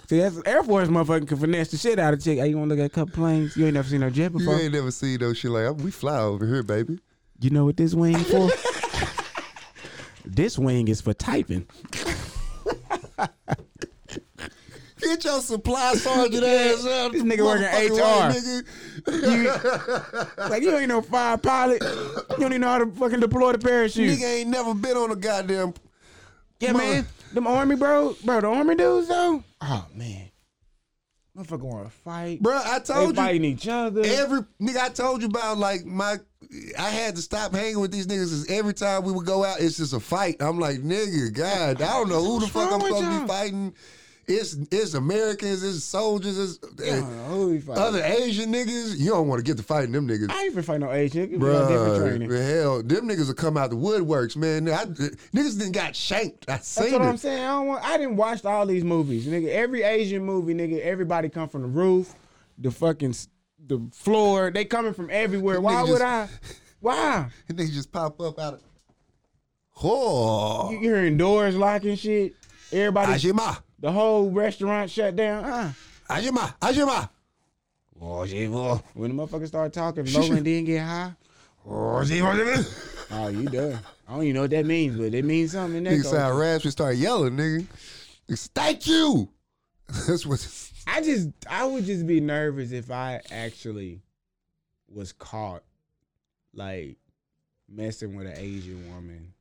Speaker 2: See, that's Air Force motherfucking can finesse the shit out of chick. Hey, you want to look at a couple planes? You ain't never seen no jet
Speaker 1: you
Speaker 2: before. You,
Speaker 1: ain't never seen no shit like we fly over here, baby.
Speaker 2: know what this wing for? this wing is for typing.
Speaker 1: Get your supply sergeant ass out.
Speaker 2: This
Speaker 1: the
Speaker 2: nigga working
Speaker 1: motherfucking way,
Speaker 2: HR.
Speaker 1: nigga.
Speaker 2: You, like you ain't no fire pilot. You don't even know how to fucking deploy the parachute.
Speaker 1: Nigga ain't never been on a goddamn.
Speaker 2: yeah,
Speaker 1: mother-
Speaker 2: man. Them army bro, bro, the army dudes though. Oh man, motherfucker want to fight.
Speaker 1: Bruh, I
Speaker 2: they
Speaker 1: told you.
Speaker 2: fighting each other.
Speaker 1: Every nigga I told you about, like my, I had to stop hanging with these niggas. Is every time we would go out, it's just a fight. I'm like, nigga, God, I don't know who the
Speaker 2: What's
Speaker 1: fuck
Speaker 2: wrong
Speaker 1: I'm
Speaker 2: with
Speaker 1: supposed to
Speaker 2: y'all?
Speaker 1: be fighting. It's it's Americans, it's soldiers, it's
Speaker 2: I
Speaker 1: uh,
Speaker 2: don't know who he fighting.
Speaker 1: other Asian niggas. You don't want to get to fighting them niggas.
Speaker 2: I ain't been fighting no Asian. It was on different
Speaker 1: Bruh,
Speaker 2: training.
Speaker 1: hell, them niggas will come out the woodworks, man. I, niggas didn't got shanked. I seen
Speaker 2: That's what
Speaker 1: it.
Speaker 2: I'm saying. I don't want. I didn't watch all these movies, nigga. Every Asian movie, nigga. Everybody come from the roof, the fucking, s- the floor. They coming from everywhere. Why
Speaker 1: Nigga
Speaker 2: would
Speaker 1: just-
Speaker 2: I? Why?
Speaker 1: And they just pop up out of. Oh,
Speaker 2: You hearing doors locking shit. Everybody,
Speaker 1: Ajima,
Speaker 2: the whole restaurant shut down. Uh.
Speaker 1: Ajima, Ajima.
Speaker 2: When the motherfucker start talking, low and didn't get high. Oh, you done. I don't even know what that means, but it means something. In that
Speaker 1: Nigga
Speaker 2: culture.
Speaker 1: sound raspy, start yelling, nigga. It's, Thank you. That's what.
Speaker 2: I just I would just be nervous if I actually was caught like messing with an Asian woman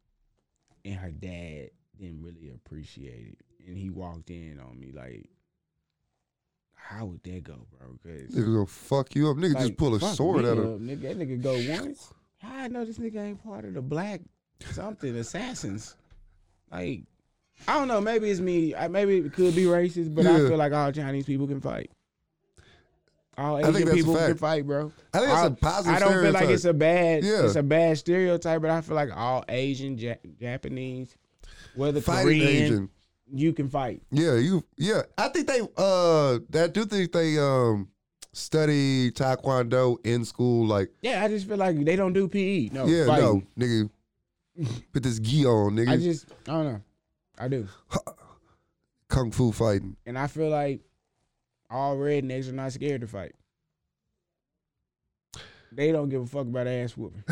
Speaker 2: and her dad didn't really appreciate it and he walked in on me like how would that go, bro? Cause
Speaker 1: Nigga gonna fuck you up. Nigga
Speaker 2: like,
Speaker 1: just pull a
Speaker 2: fuck
Speaker 1: sword
Speaker 2: me
Speaker 1: out
Speaker 2: up,
Speaker 1: of.
Speaker 2: nigga. That nigga go once. How I know this nigga ain't part of the black something assassins? Like I don't know. Maybe it's me. I, maybe it could be racist, but I
Speaker 1: Yeah.
Speaker 2: feel like all Chinese people can fight. All
Speaker 1: think
Speaker 2: Asian
Speaker 1: that's a
Speaker 2: people can
Speaker 1: fact.
Speaker 2: fight, bro.
Speaker 1: I think it's
Speaker 2: I-
Speaker 1: a positive.
Speaker 2: I don't feel like
Speaker 1: stereotype.
Speaker 2: it's a bad.
Speaker 1: Yeah.
Speaker 2: It's a bad stereotype, but I feel like all Asian, ja- Japanese, whether
Speaker 1: fighting
Speaker 2: Korean,
Speaker 1: Asian.
Speaker 2: you can fight.
Speaker 1: Yeah, you. Yeah, I think they. Uh, I do think they um study taekwondo in school. Like,
Speaker 2: Yeah, I just feel like they don't do PE. No,
Speaker 1: yeah,
Speaker 2: Oh, fighting.
Speaker 1: no, nigga, put this gi on, nigga.
Speaker 2: I just I don't know. I do.
Speaker 1: Kung fu fighting.
Speaker 2: And I feel like all rednecks are not scared to fight. They don't give a fuck about ass whooping.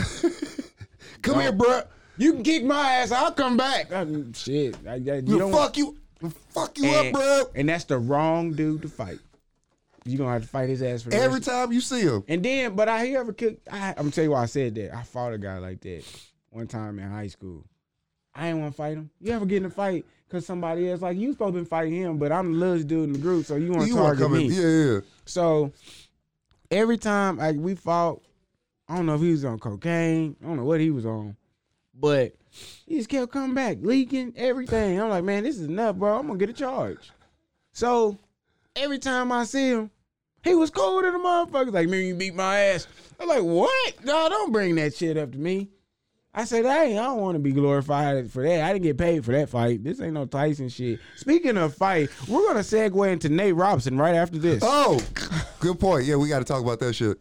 Speaker 1: Come here, bruh.
Speaker 2: You can kick my ass, I'll come back. I mean, shit, I, I- you
Speaker 1: You
Speaker 2: don't.
Speaker 1: fuck you. Fuck you up,
Speaker 2: And-
Speaker 1: bruh.
Speaker 2: And that's the wrong dude to fight. You gonna have to fight his ass for the
Speaker 1: Every
Speaker 2: rest.
Speaker 1: time you see him.
Speaker 2: And then, but I he ever kicked. I, I'm gonna tell you why I said that. I fought a guy like that one time in high school. I didn't want to fight him. You ever get in a fight because somebody else like you supposed to been fighting him, but I'm the littlest dude in the group, so you want to
Speaker 1: You want to
Speaker 2: target
Speaker 1: come
Speaker 2: me?
Speaker 1: in? Yeah, yeah.
Speaker 2: So every time like we fought, I don't know if he was on cocaine, I don't know what he was on, but he just kept coming back, leaking everything. I'm like, man, this is enough, bro. I'm gonna get a charge. So every time I see him, he was cool to the motherfuckers. Like, man, you beat my ass. I'm like, what? No, don't bring that shit up to me. I said, hey, I don't want to be glorified for that. I didn't get paid for that fight. This ain't no Tyson shit. Speaking of fight, we're gonna segue into Nate Robinson right after this.
Speaker 1: Oh, good point. Yeah, we got to talk about that shit.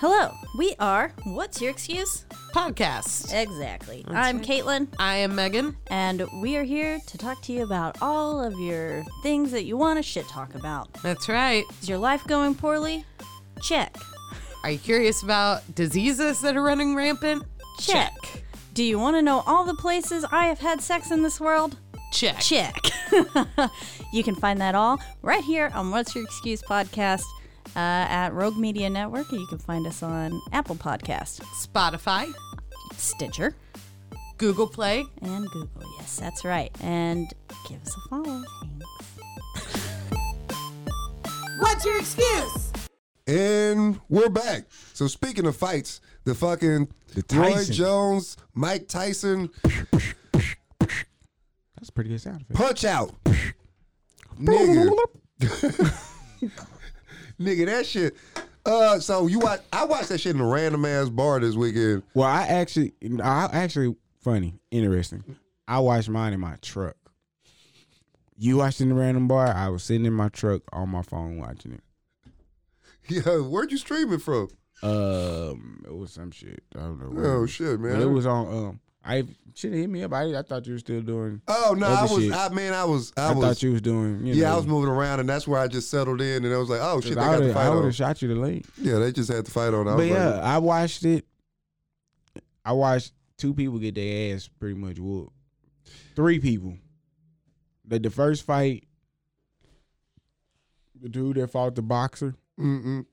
Speaker 8: Hello, we are What's Your Excuse?
Speaker 9: Podcast.
Speaker 8: Exactly. I'm Caitlin,
Speaker 9: I am Megan.
Speaker 8: and we are here to talk to you about all of your things that you want to shit talk about.
Speaker 9: That's right.
Speaker 8: Is your life going poorly? Check.
Speaker 9: Are you curious about diseases that are running rampant?
Speaker 8: Check. Do you want to know all the places I have had sex in this world?
Speaker 9: Check.
Speaker 8: Check. you can find that all right here on What's Your Excuse podcast uh, at Rogue Media Network. You can find us on Apple Podcast,
Speaker 9: Spotify,
Speaker 8: Stitcher,
Speaker 9: Google Play.
Speaker 8: and Google. Yes, that's right. And give us a follow. Thanks.
Speaker 9: What's your excuse?
Speaker 1: And we're back. So speaking of fights, the fucking
Speaker 2: The
Speaker 1: Roy
Speaker 2: Tyson.
Speaker 1: Jones, Mike Tyson
Speaker 2: That's a pretty good sound effect.
Speaker 1: punch out. Nigga. Nigga, that shit. Uh so you watch I watched that shit in a random ass bar this weekend.
Speaker 2: Well, I actually, I actually, funny, interesting. I watched mine in my truck. You watched in the random bar. I was sitting in my truck on my phone watching it.
Speaker 1: Yeah, where'd you stream it from?
Speaker 2: Um, it was some shit. I don't know. what it
Speaker 1: Oh
Speaker 2: was.
Speaker 1: shit,
Speaker 2: But
Speaker 1: man.
Speaker 2: it was on. Um, I should hit me up. I, I thought you were still doing.
Speaker 1: Oh no, I
Speaker 2: other
Speaker 1: was
Speaker 2: shit.
Speaker 1: I mean I was I,
Speaker 2: I,
Speaker 1: was
Speaker 2: thought you was doing. You
Speaker 1: Yeah,
Speaker 2: know,
Speaker 1: I was moving around and that's where I just settled in and I was like, oh
Speaker 2: 'cause
Speaker 1: shit, they
Speaker 2: I
Speaker 1: got the
Speaker 2: would've-
Speaker 1: fight
Speaker 2: I would
Speaker 1: on.
Speaker 2: have shot you the link.
Speaker 1: Yeah, they just had the fight on. I
Speaker 2: But
Speaker 1: was
Speaker 2: yeah,
Speaker 1: like,
Speaker 2: I watched it. I watched two people get their ass pretty much whooped. Three people. But the first fight, the dude that fought the boxer,
Speaker 1: mm-mm.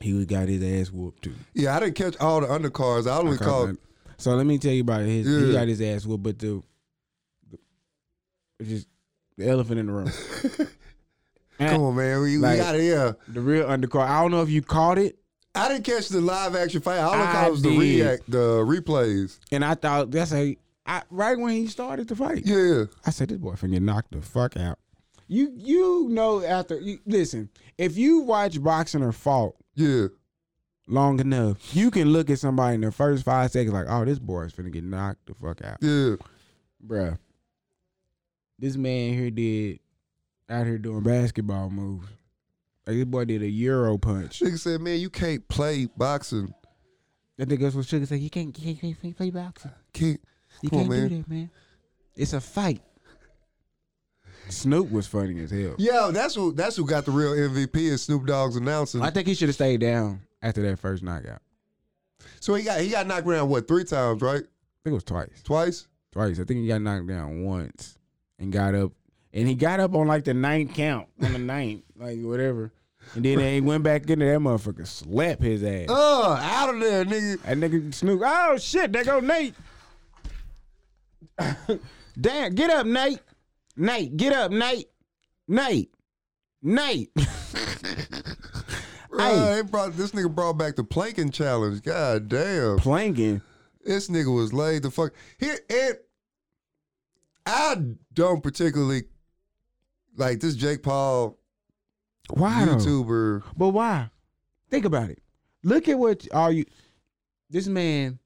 Speaker 2: he was got his ass whooped too.
Speaker 1: yeah, I didn't catch all the undercards. I only
Speaker 2: I can't
Speaker 1: caught
Speaker 2: remember. So let me tell you about his.
Speaker 1: Yeah.
Speaker 2: He got his ass whooped, but the, the just the elephant in the room.
Speaker 1: Come on, man, we,
Speaker 2: Like-
Speaker 1: we got here.
Speaker 2: the real undercard. I don't know if you caught it.
Speaker 1: I didn't catch the live action fight. All I
Speaker 2: I
Speaker 1: caught was the
Speaker 2: did.
Speaker 1: react, the replays.
Speaker 2: And I thought that's a I, right when he started the fight.
Speaker 1: Yeah,
Speaker 2: I said this boy finna knock the fuck out. You you know after you listen, if you watch boxing or fought
Speaker 1: yeah.
Speaker 2: long enough, you can look at somebody in the first five seconds like, oh, this boy is finna get knocked the fuck out.
Speaker 1: Yeah,
Speaker 2: Bruh. This man here did out here doing basketball moves. Like this boy did a Euro punch.
Speaker 1: nigga said, man, you can't play boxing.
Speaker 2: That nigga was sugar said, You can't you can't, you can't play boxing.
Speaker 1: Can't.
Speaker 2: You
Speaker 1: Come on,
Speaker 2: can't do
Speaker 1: man.
Speaker 2: that, man. It's a fight. Snoop was funny as hell.
Speaker 1: Yo, that's who that's who got the real MVP is Snoop Dogg's announcing.
Speaker 2: I think he should have stayed down after that first knockout.
Speaker 1: So he got he got knocked around what three times, right?
Speaker 2: I think it was twice.
Speaker 1: Twice.
Speaker 2: Twice. I think he got knocked down once and got up. And he got up on like the ninth count, on the ninth, like whatever. And then he went back in there. That motherfucker slapped his ass.
Speaker 1: Oh, out of there, nigga.
Speaker 2: That nigga Snoop. Oh shit, there go Nate. Damn, get up, Nate. Nate, get up, Nate. Nate. Nate.
Speaker 1: Uh, they brought this nigga brought back the planking challenge. God damn.
Speaker 2: Planking.
Speaker 1: This nigga was laid the fuck here. And I don't particularly like this Jake Paul
Speaker 2: Why? though?
Speaker 1: YouTuber.
Speaker 2: But why? Think about it. Look at what all you. This man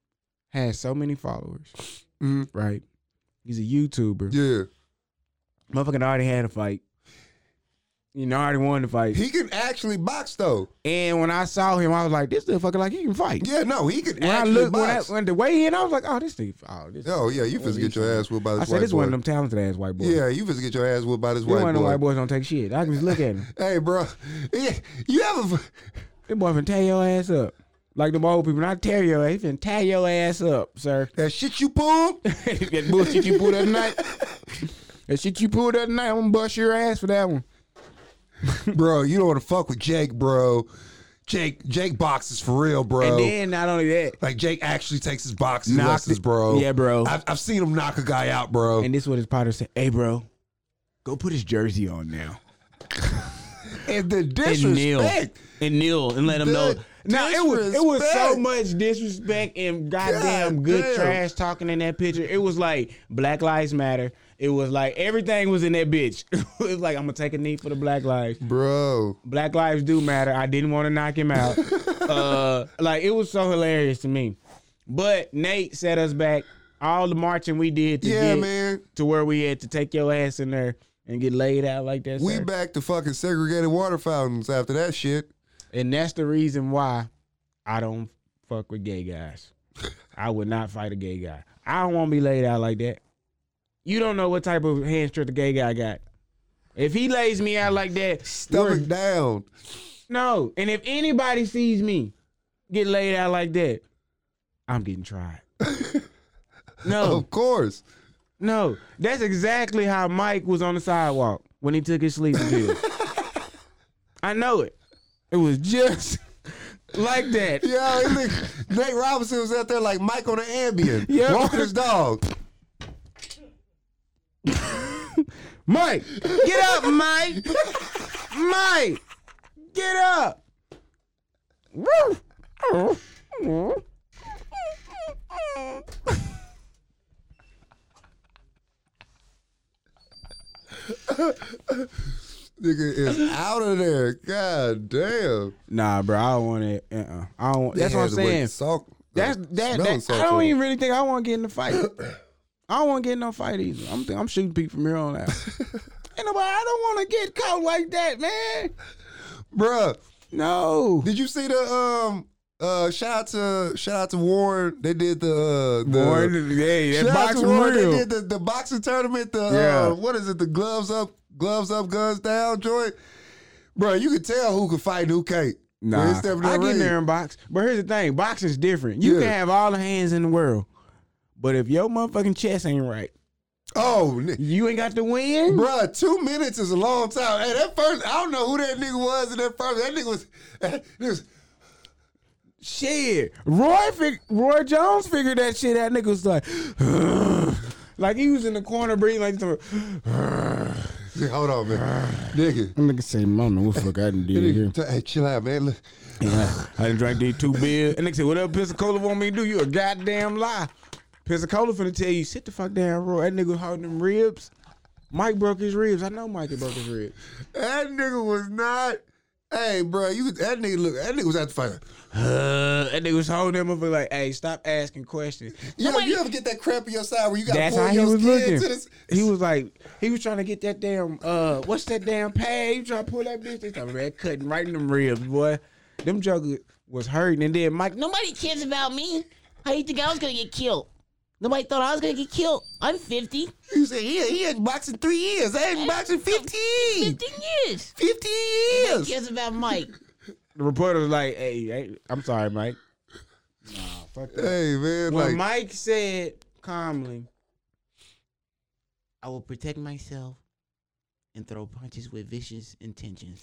Speaker 2: has so many followers,
Speaker 1: Mhm.
Speaker 2: right? He's a YouTuber.
Speaker 1: Yeah,
Speaker 2: Motherfucking already had a fight. You know, already won the fight.
Speaker 1: he can actually box though.
Speaker 2: and when I saw him, I was like, this nigga fucking like he can fight.
Speaker 1: Yeah, no, he can
Speaker 2: When I
Speaker 1: actually
Speaker 2: looked, when, I,
Speaker 1: box.
Speaker 2: when the way in, I was like, oh, this nigga. Oh, this.
Speaker 1: oh yeah, you
Speaker 2: Oh,
Speaker 1: finna
Speaker 2: he's-
Speaker 1: get your ass whooped by
Speaker 2: I
Speaker 1: this
Speaker 2: said,
Speaker 1: white
Speaker 2: this
Speaker 1: boy.
Speaker 2: one of them talented ass white boys.
Speaker 1: Yeah, you finna get your ass whooped by this
Speaker 2: This
Speaker 1: white
Speaker 2: one of them
Speaker 1: boy.
Speaker 2: white boys don't take shit. I can just look at him.
Speaker 1: Hey, bro, yeah, you ever?
Speaker 2: This boy finna tear your ass up. Like them old people, not tear your ass. He finna tear your ass up, sir.
Speaker 1: That shit you pulled?
Speaker 2: that bullshit you pulled that night. That shit you pulled that night, I'm gonna bust your ass for that one.
Speaker 1: bro, you don't want to fuck with Jake, bro. Jake, Jake boxes for real, bro.
Speaker 2: And then not only that,
Speaker 1: like Jake actually takes his boxing
Speaker 2: Knocked
Speaker 1: lessons,
Speaker 2: it-
Speaker 1: bro.
Speaker 2: Yeah, bro.
Speaker 1: I've, I've seen him knock a guy out, bro.
Speaker 2: and this what his partner said, hey bro, go put his jersey on now.
Speaker 1: And the
Speaker 2: And kneel.
Speaker 1: disrespect.
Speaker 2: And kneel and let him
Speaker 1: The
Speaker 2: know. Now it was it was so
Speaker 1: disrespect.
Speaker 2: much disrespect and goddamn
Speaker 1: God
Speaker 2: good
Speaker 1: damn.
Speaker 2: trash talking in that picture. It was like Black Lives Matter. It was like everything was in that bitch. it was like I'm gonna take a knee for the black lives.
Speaker 1: Bro,
Speaker 2: Black lives do matter. I didn't want to knock him out. uh, like it was so hilarious to me. But Nate set us back. All the marching we did to
Speaker 1: yeah,
Speaker 2: get
Speaker 1: man.
Speaker 2: to where we had to take your ass in there and get laid out like that.
Speaker 1: We
Speaker 2: sir.
Speaker 1: back to fucking segregated water fountains after that shit.
Speaker 2: and that's the reason why I don't fuck with gay guys. I would not fight a gay guy. I don't want to be laid out like that. You don't know what type of hand strength the gay guy got. If he lays me out like that,
Speaker 1: Stomach down.
Speaker 2: No, and if anybody sees me get laid out like that, I'm getting tried. no,
Speaker 1: Oh.
Speaker 2: of
Speaker 1: course.
Speaker 2: No, that's exactly how Mike was on the sidewalk when he took his sleeping pill. I know it. It was just like that.
Speaker 1: Yeah, it look- Nate Robinson was out there like Mike on an Ambien, walking his dog.
Speaker 2: Mike, get up, Mike. Mike, get up. Woo.
Speaker 1: Nigga is out of there. God damn.
Speaker 2: Nah, bro, I don't want it. Uh-uh. I don't.
Speaker 1: They
Speaker 2: That's what I'm
Speaker 1: had to wait
Speaker 2: saying.
Speaker 1: Salt,
Speaker 2: That's
Speaker 1: uh,
Speaker 2: that.
Speaker 1: smelling
Speaker 2: that I
Speaker 1: salt
Speaker 2: don't
Speaker 1: water.
Speaker 2: even really think I want to get in a fight. I don't want to get in no fight either. I'm think, I'm shooting people from here on out. Ain't nobody. I don't want to get caught like that, man.
Speaker 1: Bruh.
Speaker 2: No.
Speaker 1: Did you see the um uh shout out to shout out to Warren. They did the uh the
Speaker 2: Warren, hey, that
Speaker 1: shout out
Speaker 2: boxing
Speaker 1: to Warren.
Speaker 2: real.
Speaker 1: They did the, the boxing tournament, the
Speaker 2: Yeah.
Speaker 1: uh, what is it, the gloves up, gloves up, guns down joint. Bro, you can tell who can fight and who can't. When
Speaker 2: Nah,
Speaker 1: they step in that
Speaker 2: I get in
Speaker 1: ring.
Speaker 2: there and box. But here's the thing: boxing's different. You
Speaker 1: Yeah.
Speaker 2: can have all the hands in the world, but if your motherfucking chest ain't right,
Speaker 1: Oh, ni-
Speaker 2: you ain't got to win.
Speaker 1: Bruh, two minutes is a long time. Hey, that first, I don't know who that nigga was in that first. That nigga was, that nigga was
Speaker 2: Shit, Roy, fig- Roy Jones figured that shit out. Nigga was like, like he was in the corner breathing like.
Speaker 1: Yeah, hold on, man. Nigga.
Speaker 2: I'm nigga say, mama, what the fuck I done did here?
Speaker 1: nigga hey, chill out, man. Look.
Speaker 2: Yeah, I done drank these two beers. And nigga said, whatever Pensacola want me to do, you a goddamn lie. Pensacola finna tell you, sit the fuck down, Roy. That nigga holding them ribs. Mike broke his ribs. I know Mike broke his ribs.
Speaker 1: That nigga was not. Hey, bro, you that nigga look. That nigga was at the fight.
Speaker 2: Uh, that nigga was holding him up and like, hey, stop asking questions.
Speaker 1: You, ever- you ever get that cramp in your side where you got to
Speaker 2: That's
Speaker 1: pull
Speaker 2: how he
Speaker 1: your
Speaker 2: was
Speaker 1: skin
Speaker 2: looking.
Speaker 1: to this?
Speaker 2: He was like, he was trying to get that damn, uh, what's that damn pad? He trying to pull that bitch. They talking about cutting right in them ribs, boy. Them jokers was hurting. And then Mike,
Speaker 10: Nobody cares about me. How do you think I was gonna get killed? Nobody thought I was gonna get killed. I'm 50.
Speaker 1: You said he he ain't boxing three years. I ain't boxing fifteen.
Speaker 10: 15 years.
Speaker 1: 15
Speaker 10: Nobody cares about Mike.
Speaker 2: the reporter was like, hey, hey I'm sorry, Mike. Nah, fuck that.
Speaker 1: Hey, man,
Speaker 2: when
Speaker 1: like
Speaker 2: Mike said calmly, I will protect myself and throw punches with vicious intentions.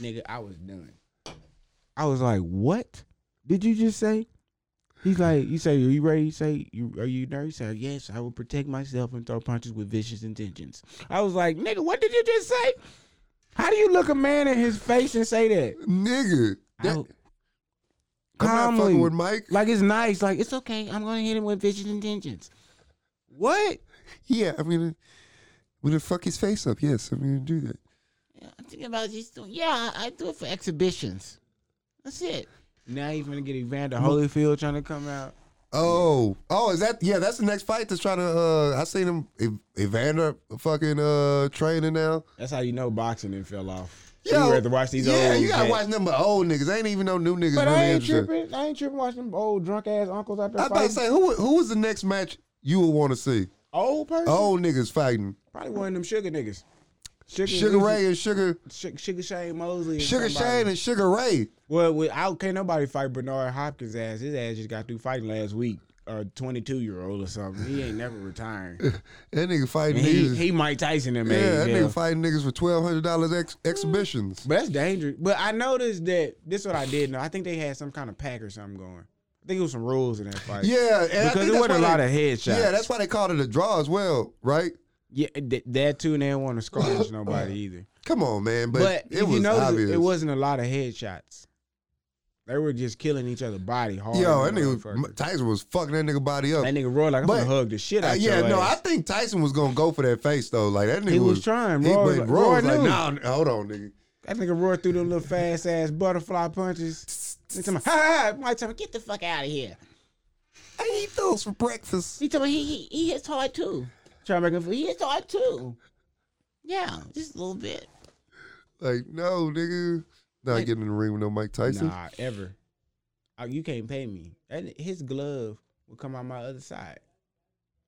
Speaker 2: Nigga, I was done. I was like, what did you just say? He's like, you say, are you ready? You say, you are you nervous? He said, yes, I will protect myself and throw punches with vicious intentions. I was like, nigga, what did you just say? How do you look a man in his face and say that?
Speaker 1: nigga. That,
Speaker 2: Out.
Speaker 1: I'm not
Speaker 2: Calmly.
Speaker 1: fucking with Mike.
Speaker 2: Like it's nice. Like it's okay. I'm gonna hit him with vicious intentions. What?
Speaker 1: Yeah, I mean, we gonna fuck his face up. Yes, I'm gonna do that.
Speaker 10: Yeah, I'm thinking about just doing. Yeah, I I do it for exhibitions. That's it.
Speaker 2: Now you're gonna get Evander Holyfield trying to come out.
Speaker 1: Oh, oh, is that? Yeah, that's the next fight that's trying to. Uh, I seen him Ev- Evander fucking uh training now.
Speaker 2: That's how you know boxing then fell off.
Speaker 1: Yo,
Speaker 2: you rather watch these old.
Speaker 1: yeah, you gotta
Speaker 2: cats.
Speaker 1: watch them old niggas. Ain't even no new niggas
Speaker 2: But
Speaker 1: really
Speaker 2: I ain't
Speaker 1: interested.
Speaker 2: tripping. I ain't tripping watching them old drunk ass uncles out there.
Speaker 1: I about to
Speaker 2: fighting.
Speaker 1: say who who was the next match you would want to see?
Speaker 2: old person.
Speaker 1: Old niggas fighting.
Speaker 2: Probably one of them sugar niggas. Sugar,
Speaker 1: Sugar Ray and Sugar
Speaker 2: Sugar, sugar Shane Mosley. and
Speaker 1: Sugar
Speaker 2: somebody.
Speaker 1: Shane and Sugar Ray.
Speaker 2: Well, without can't nobody fight Bernard Hopkins ass. His ass just got through fighting last week. Or twenty two year old or something. He ain't never retiring.
Speaker 1: That nigga
Speaker 2: And
Speaker 1: fighting
Speaker 2: he
Speaker 1: niggas.
Speaker 2: he Mike Tyson them
Speaker 1: yeah,
Speaker 2: age,
Speaker 1: that
Speaker 2: yeah.
Speaker 1: nigga fighting niggas for twelve hundred dollars ex- exhibitions.
Speaker 2: But that's dangerous. But I noticed that this is what I did know. I think they had some kind of pack or something going. I think it was some rules in that fight.
Speaker 1: Yeah, and I
Speaker 2: because
Speaker 1: think
Speaker 2: it
Speaker 1: that's
Speaker 2: wasn't a
Speaker 1: why
Speaker 2: lot
Speaker 1: they-
Speaker 2: of headshots.
Speaker 1: Yeah, that's why they called it a draw as well, right?
Speaker 2: yeah. th- that too, and they didn't want to squash nobody either.
Speaker 1: Come on, man. But,
Speaker 2: But,
Speaker 1: it
Speaker 2: if
Speaker 1: was
Speaker 2: you notice,
Speaker 1: obvious.
Speaker 2: it wasn't a lot of headshots. They were just killing each other body hard.
Speaker 1: Yo, that
Speaker 2: than a
Speaker 1: nigga
Speaker 2: motherfucker.
Speaker 1: Tyson was fucking that nigga body up.
Speaker 2: that nigga Roy like I'm
Speaker 1: But-
Speaker 2: gonna hug the shit
Speaker 1: Uh,
Speaker 2: out.
Speaker 1: yeah,
Speaker 2: your
Speaker 1: no, I
Speaker 2: ass.
Speaker 1: think Tyson was gonna go for that face though. Like that nigga
Speaker 2: He was trying. Roy was
Speaker 1: but
Speaker 2: like-
Speaker 1: Roy
Speaker 2: Roy
Speaker 1: was like,
Speaker 2: knew.
Speaker 1: nah, hold on, nigga.
Speaker 2: that nigga Roy threw them little fast ass butterfly punches. Nigga talking about, ha ha, ha, Mike Tyson, get
Speaker 10: Get the fuck out of here.
Speaker 1: I eat those for breakfast.
Speaker 10: He told me he, he, he hits hard too.
Speaker 2: trying to make a
Speaker 10: He hits hard too. Yeah, just a little bit.
Speaker 1: Like, no, nigga. Not getting in the ring with no Mike Tyson.
Speaker 2: Nah, ever. oh, you can't pay me. And his glove would come out my other side.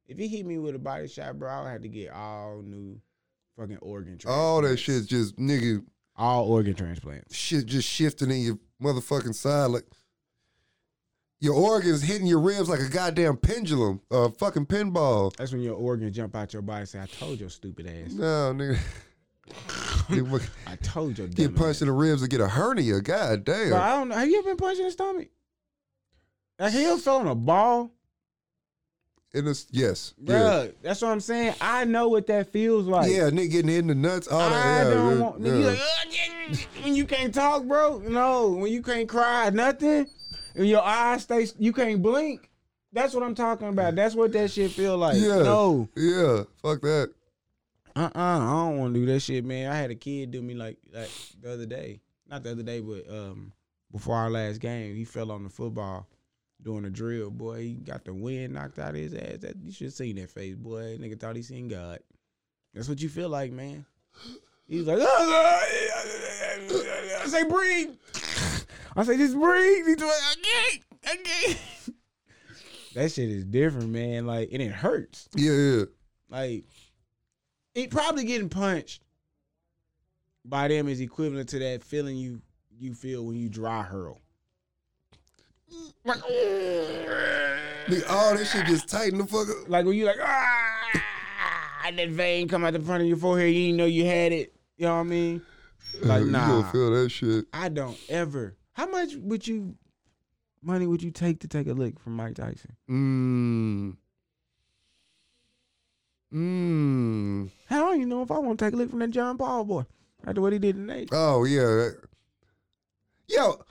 Speaker 2: If he hit me with a body shot, bro, I would have to get all new fucking organ transplants.
Speaker 1: All that shit's just nigga.
Speaker 2: All organ transplants.
Speaker 1: Shit just shifting in your motherfucking side like your organs hitting your ribs like a goddamn pendulum, a fucking pinball.
Speaker 2: That's when your organ jump out your body. and Say, I told your stupid ass.
Speaker 1: No, nigga.
Speaker 2: I told you.
Speaker 1: Get punched in the ribs and get a hernia. God damn.
Speaker 2: Bro, I don't know. Have you ever been punched in the stomach? A heel fell on a ball.
Speaker 1: In this, yes.
Speaker 2: Bruh, that's what I'm saying. I know what that feels like.
Speaker 1: Yeah, nigga getting hit in the nuts. All that.
Speaker 2: I
Speaker 1: yeah,
Speaker 2: don't
Speaker 1: yeah,
Speaker 2: want. nigga, you
Speaker 1: yeah.
Speaker 2: like, "Ugh, yeah, when you can't talk, bro. No, when you can't cry, nothing. And your eyes stay. You can't blink. That's what I'm talking about. That's what that shit feel like.
Speaker 1: yeah.
Speaker 2: No.
Speaker 1: Yeah. Fuck that.
Speaker 2: Uh uh I don't want to do that shit, man. I had a kid do me like like the other day. Not the other day, but um before our last game, he fell on the football doing a drill. Boy, he got the wind knocked out of his ass. That you should have seen that face, boy. Nigga thought he seen God. That's what you feel like, man. He's like, "Ah, I say breathe. I say just breathe. He's like, okay, okay. That shit is different, man. Like and it hurts.
Speaker 1: Yeah, yeah.
Speaker 2: Like it probably getting punched by them is equivalent to that feeling you you feel when you dry hurl.
Speaker 1: Nigga, all this shit just tighten the fuck up.
Speaker 2: Like when you like ah, and that vein come out the front of your forehead, you didn't know you had it. You know what I mean? Like
Speaker 1: you
Speaker 2: nah,
Speaker 1: gonna feel that shit.
Speaker 2: I don't ever. How much would you money would you take to take a lick from Mike Tyson?
Speaker 1: Mmm. Mmm.
Speaker 2: How do you know if I want to take a lick from that John Paul boy after what he did today?
Speaker 1: Oh yeah. Yo,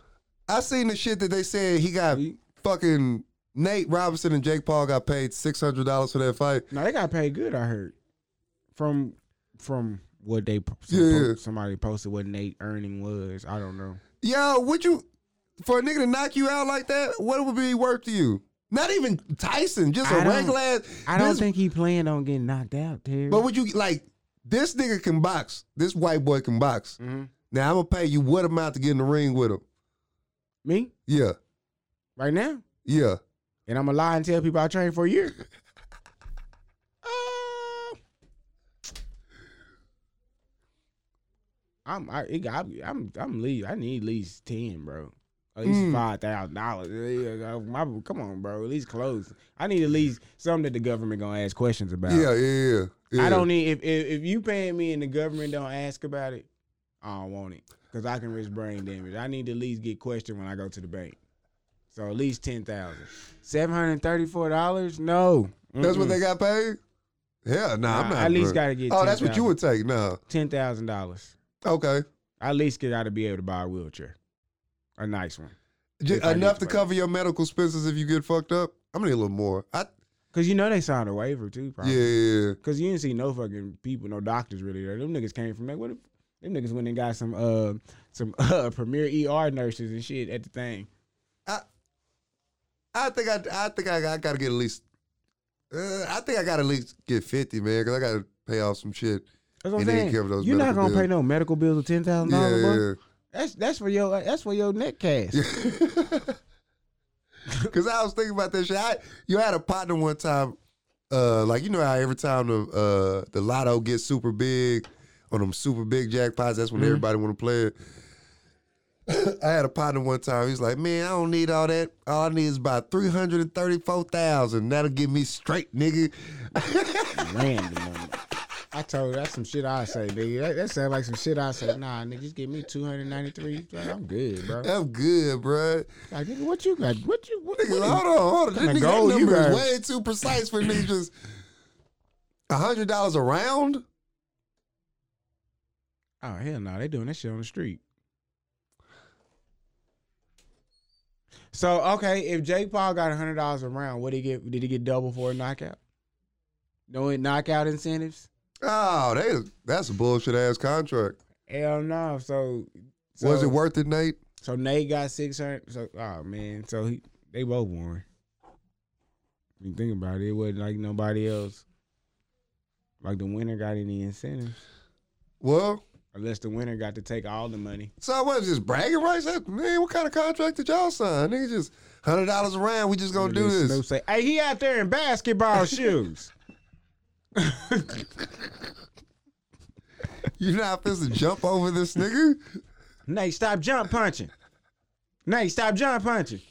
Speaker 1: I seen the shit that they said he got fucking Nate Robinson and Jake Paul got paid six hundred dollars for that fight.
Speaker 2: No, they got paid good. I heard from from what they some
Speaker 1: Yeah,
Speaker 2: po-
Speaker 1: yeah.
Speaker 2: somebody posted what Nate earning was. I don't know.
Speaker 1: Yo, would you for a nigga to knock you out like that? What would be worth to you? Not even Tyson, just
Speaker 2: I
Speaker 1: a
Speaker 2: don't-
Speaker 1: regular. ass-
Speaker 2: I don't
Speaker 1: this-
Speaker 2: think he planned on getting knocked out, Terry.
Speaker 1: But would you like this nigga can box? This white boy can box. Now I'm gonna pay you what amount to get in the ring with him?
Speaker 2: Me?
Speaker 1: Yeah,
Speaker 2: right now?
Speaker 1: Yeah.
Speaker 2: And I'm gonna lie and tell people I trained for a year. Um, I'm I, it got, I'm I'm leave. I need at least ten, bro. At least
Speaker 11: Mm.
Speaker 2: five thousand dollars. Come on, bro. At least close. I need at least something that the government gonna ask questions about.
Speaker 1: yeah, yeah, yeah, yeah.
Speaker 2: I don't need if, if if you paying me and the government don't ask about it, I don't want it because I can risk brain damage. I need to at least get questioned when I go to the bank. So at least ten thousand. Seven hundred thirty-four dollars? No,
Speaker 1: That's what
Speaker 2: Mm-mm.
Speaker 1: they got paid. Yeah, nah, I'm
Speaker 2: Nah,
Speaker 1: not.
Speaker 2: at least
Speaker 1: bro.
Speaker 2: gotta get
Speaker 1: Oh, that's what you
Speaker 2: 10,000.
Speaker 1: would take. Nah,
Speaker 2: ten thousand dollars.
Speaker 1: Okay.
Speaker 2: I at least get out to be able to buy a wheelchair, a nice one.
Speaker 1: Ju-
Speaker 2: If I need
Speaker 1: enough to
Speaker 2: pay.
Speaker 1: cover your medical expenses if you get fucked up. I'm gonna need a little more. I
Speaker 2: Cause you know they signed a waiver too, probably.
Speaker 1: Yeah, yeah, yeah.
Speaker 2: Cause you didn't see no fucking people, no doctors really there. Them niggas came from there. What if them niggas went and got some uh some uh premier ER nurses and shit at the thing.
Speaker 1: I think I I think I, I gotta get at least. Uh, I think I gotta at least get fifty, man, because I gotta pay off some shit.
Speaker 2: That's what I'm
Speaker 1: and then
Speaker 2: saying.
Speaker 1: cover those
Speaker 2: You're not
Speaker 1: medical
Speaker 2: gonna pay
Speaker 1: bills.
Speaker 2: no medical bills of ten thousand dollars,
Speaker 1: Yeah,
Speaker 2: bro.
Speaker 1: yeah.
Speaker 2: That's that's for your that's for your neck cast.
Speaker 1: Cause I was thinking about this shit. I, you had a partner one time, uh, like you know how every time the uh, the lotto gets super big on them super big jackpots, that's when
Speaker 2: Mm-hmm.
Speaker 12: Mhm.
Speaker 1: everybody want to play it. I had a partner one time. He's like, "Man, I don't need all that. All I need is about three hundred and thirty-four thousand. That'll get me straight, nigga."
Speaker 2: Random. I told her that's some shit I say, nigga. That, that sounds like some shit I say. Nah, nigga, just give me two hundred ninety three. I'm good, bro.
Speaker 1: I'm good, bro.
Speaker 2: Like, nigga, what you got? What you? What,
Speaker 1: Nigga,
Speaker 2: what-
Speaker 1: hold on, hold on. This
Speaker 2: Kinda
Speaker 1: nigga,
Speaker 2: gold
Speaker 1: that
Speaker 2: you
Speaker 1: number is
Speaker 2: got.
Speaker 1: way too precise for niggas. Just hundred dollars a round.
Speaker 2: Oh hell no, they doing that shit on the street. So okay, if Jake Paul got hundred dollars a round, what did he get? Did he get double for a knockout? No knockout incentives?
Speaker 1: Oh, they, that's a bullshit ass contract.
Speaker 2: Hell no. So, so
Speaker 1: Was it worth it, Nate?
Speaker 2: So Nate got six hundred. So oh man, so he they both won. You think about it, it wasn't like nobody else. Like the winner got any incentives.
Speaker 1: Well,
Speaker 2: Unless the winner got to take all the money.
Speaker 1: So I wasn't just bragging rights. That, man, what kind of contract did y'all sign? Nigga, just hundred dollars a round. We just gonna do this.
Speaker 2: Snoop say, "Hey, he out there in basketball shoes."
Speaker 1: you not supposed to jump over this nigga.
Speaker 2: Nate, stop jump punching. Nate, stop jump punching.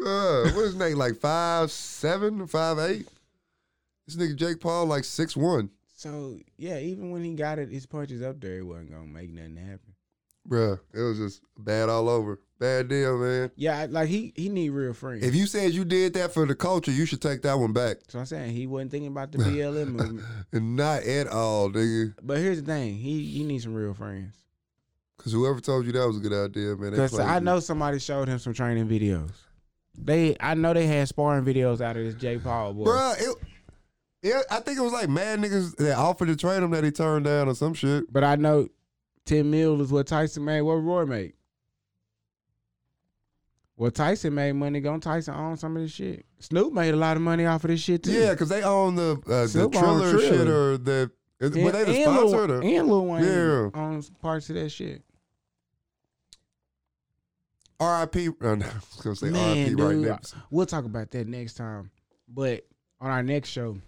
Speaker 1: Uh, what is Nate like five seven, five eight? This nigga Jake Paul like six one,
Speaker 2: So yeah, even when he got it, his punches up there, it wasn't gonna make nothing happen.
Speaker 1: bruh. It was just bad all over. Bad deal, man.
Speaker 2: Yeah, I- like he he need real friends.
Speaker 1: If you said you did that for the culture, you should take that one back.
Speaker 2: so I'm saying he wasn't thinking about the BLM movement.
Speaker 1: Not at all, nigga.
Speaker 2: But here's the thing, he he needs some real friends.
Speaker 1: Cause whoever told you that was a good idea, man. they
Speaker 2: Cause
Speaker 1: played
Speaker 2: I
Speaker 1: you.
Speaker 2: know somebody showed him some training videos. They I know they had sparring videos out of this Jay Paul boy.
Speaker 1: Bruh, it, it, I think it was like mad niggas that offered to train him that he turned down or some shit.
Speaker 2: But I know ten mil is what Tyson made. What Roy made? Well, Tyson made money. Gonna Tyson own some of this shit. Snoop made a lot of money off of this shit too.
Speaker 1: Yeah, because they own the uh, the
Speaker 2: Snoop owned
Speaker 1: Triller
Speaker 2: Triller.
Speaker 1: shit or the. Is, were they the
Speaker 2: and Lil-
Speaker 1: sponsor? or-
Speaker 2: and Lil Wayne
Speaker 1: Yeah.
Speaker 2: owns parts of that shit.
Speaker 1: R.I.P. Uh, no, I was gonna say R.I.P.
Speaker 2: Man,
Speaker 1: Right
Speaker 2: dude,
Speaker 1: now.
Speaker 2: we'll talk about that next time. But on our next show,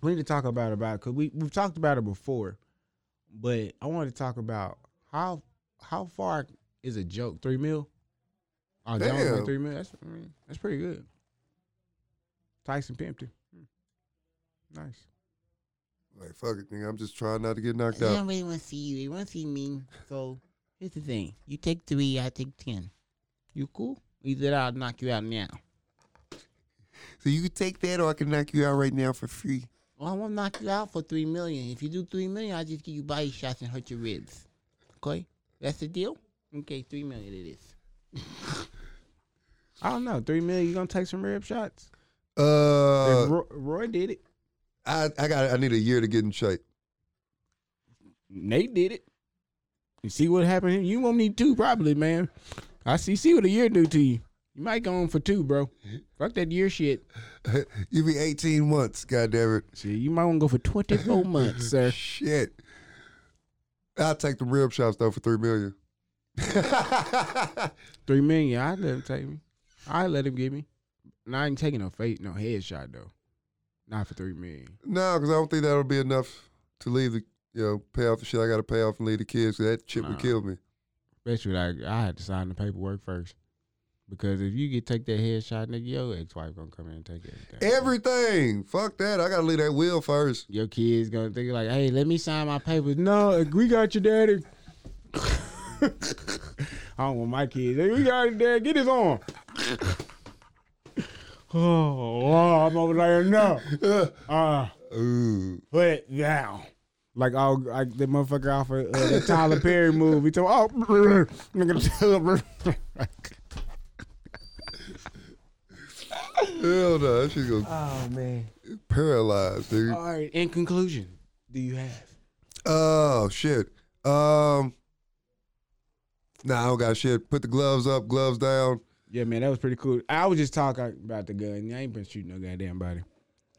Speaker 2: we need to talk about about because we we've talked about it before, but I want to talk about how how far is a joke three mil? Oh, Jones
Speaker 1: Damn.
Speaker 2: made three mil. That's I mean, that's pretty good. Tyson pimped him. Nice.
Speaker 1: Like fuck it, nigga. I'm just trying not to get knocked
Speaker 13: I don't
Speaker 1: out.
Speaker 13: really want to see you. You want to see me? So here's the thing: you
Speaker 2: take
Speaker 13: three, I take ten.
Speaker 2: You cool? Either that, I'll knock you out now.
Speaker 1: So you can take that, or I can knock you out right now for free.
Speaker 13: Well, I won't knock you out for three million. If you do three million, I'll just give you body shots and hurt your ribs. Okay, that's the deal. Okay, three million it is.
Speaker 2: I don't know. Three mil. You gonna take some rib shots?
Speaker 1: Uh,
Speaker 2: Roy, Roy did it.
Speaker 1: I I got I need a year to get in shape.
Speaker 2: Nate did it. You see what happened? here? You won't need two, probably, man. I see. See what a year do to you. You might go on for two, bro. Fuck that year shit.
Speaker 1: you be eighteen months. God damn it.
Speaker 2: See, you might want to go for twenty four months, sir.
Speaker 1: Shit. I'll take the rib shots though for three million.
Speaker 2: Three million. I let him take me. I let him get me. And I ain't taking no face, no headshot though. Not for three million.
Speaker 1: No, because I don't think that'll be enough to leave the you know pay off the shit I got to pay off and leave the kids. 'cause that shit would
Speaker 2: Nah.
Speaker 1: kill me.
Speaker 2: Especially like I had to sign the paperwork first. Because if you get take that headshot, nigga, your ex wife gonna come in and take everything.
Speaker 1: Everything. Fuck that. I gotta leave that will first.
Speaker 2: Your kids gonna think like, hey, let me sign my papers. No, we got your daddy. I don't want my kids. Hey, we got your dad. Get his arm. oh, wow, I'm over there now. Uh, put it down. Like all like the motherfucker off of uh, the Tyler Perry movie. So, oh, nigga,
Speaker 1: Hell no, that shit gonna
Speaker 2: oh man. Oh.
Speaker 1: paralyze, dude.
Speaker 2: All right. In conclusion, do you have?
Speaker 1: Oh shit. Um. Nah, I don't got shit. Put the gloves up, gloves down.
Speaker 2: Yeah, man, that was pretty cool. I was just talking about the gun. I ain't been shooting no goddamn body.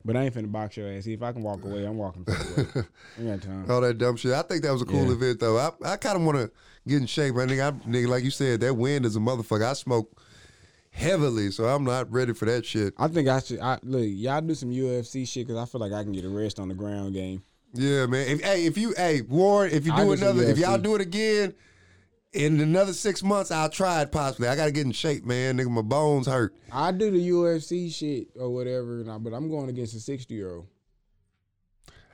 Speaker 2: But I ain't finna box your ass. See, if I can walk away, I'm walking the fuck away. I ain't got time.
Speaker 1: All that dumb shit. I think that was a cool
Speaker 2: Yeah.
Speaker 1: event though. I, I kind of want to get in shape, right, nigga. I, nigga, like you said, that wind is a motherfucker. I smoke heavily, so I'm not ready for that shit.
Speaker 2: I think I should. I, look, y'all do some UFC shit because I feel like I can get a rest on the ground game.
Speaker 1: Yeah, man. If, hey, if you, hey, Warren, if you
Speaker 2: I
Speaker 1: do
Speaker 2: do some
Speaker 1: another, if y'all
Speaker 2: UFC.
Speaker 1: do it again in another six months, I'll try it possibly. I gotta get in shape, man. Nigga, my bones hurt.
Speaker 2: I do the UFC shit or whatever, and I, but I'm going against a 60 year old.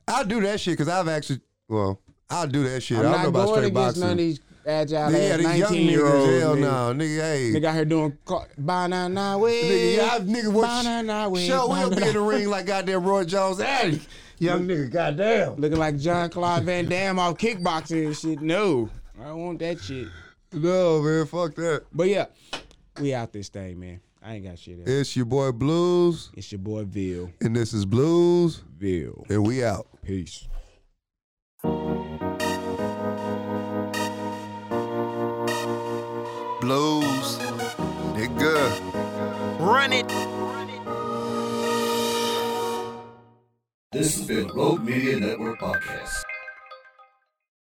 Speaker 1: I'll do that shit because I've actually, well, I'll do that shit.
Speaker 2: I'm
Speaker 1: I don't
Speaker 2: not
Speaker 1: know about
Speaker 2: going
Speaker 1: straight
Speaker 2: against
Speaker 1: boxing.
Speaker 2: none of these agile
Speaker 1: yeah,
Speaker 2: ass
Speaker 1: the
Speaker 2: 19
Speaker 1: young
Speaker 2: year
Speaker 1: niggas,
Speaker 2: olds.
Speaker 1: hell no, nigga, hey.
Speaker 2: Nigga out here doing ca- by nine nine way.
Speaker 1: Nigga, yeah, I- nigga,
Speaker 2: By nine nine
Speaker 1: what?
Speaker 2: way,
Speaker 1: Show
Speaker 2: by
Speaker 1: will be
Speaker 2: nine-
Speaker 1: in the ring like goddamn Roy Jones. Hey, young nigga, goddamn.
Speaker 2: Looking like John Claude Van Damme off kickboxing and shit. No, I don't want that shit.
Speaker 1: No, man, fuck that.
Speaker 2: But yeah, we out this thing, man. I ain't got shit. Else.
Speaker 1: It's your boy Blues,
Speaker 2: It's your boy Ville.
Speaker 1: and this is Blues,
Speaker 2: Ville.
Speaker 1: and we out.
Speaker 2: Peace.
Speaker 14: Blues, nigga. Run it.
Speaker 15: This has been a Rogue Media Network podcast.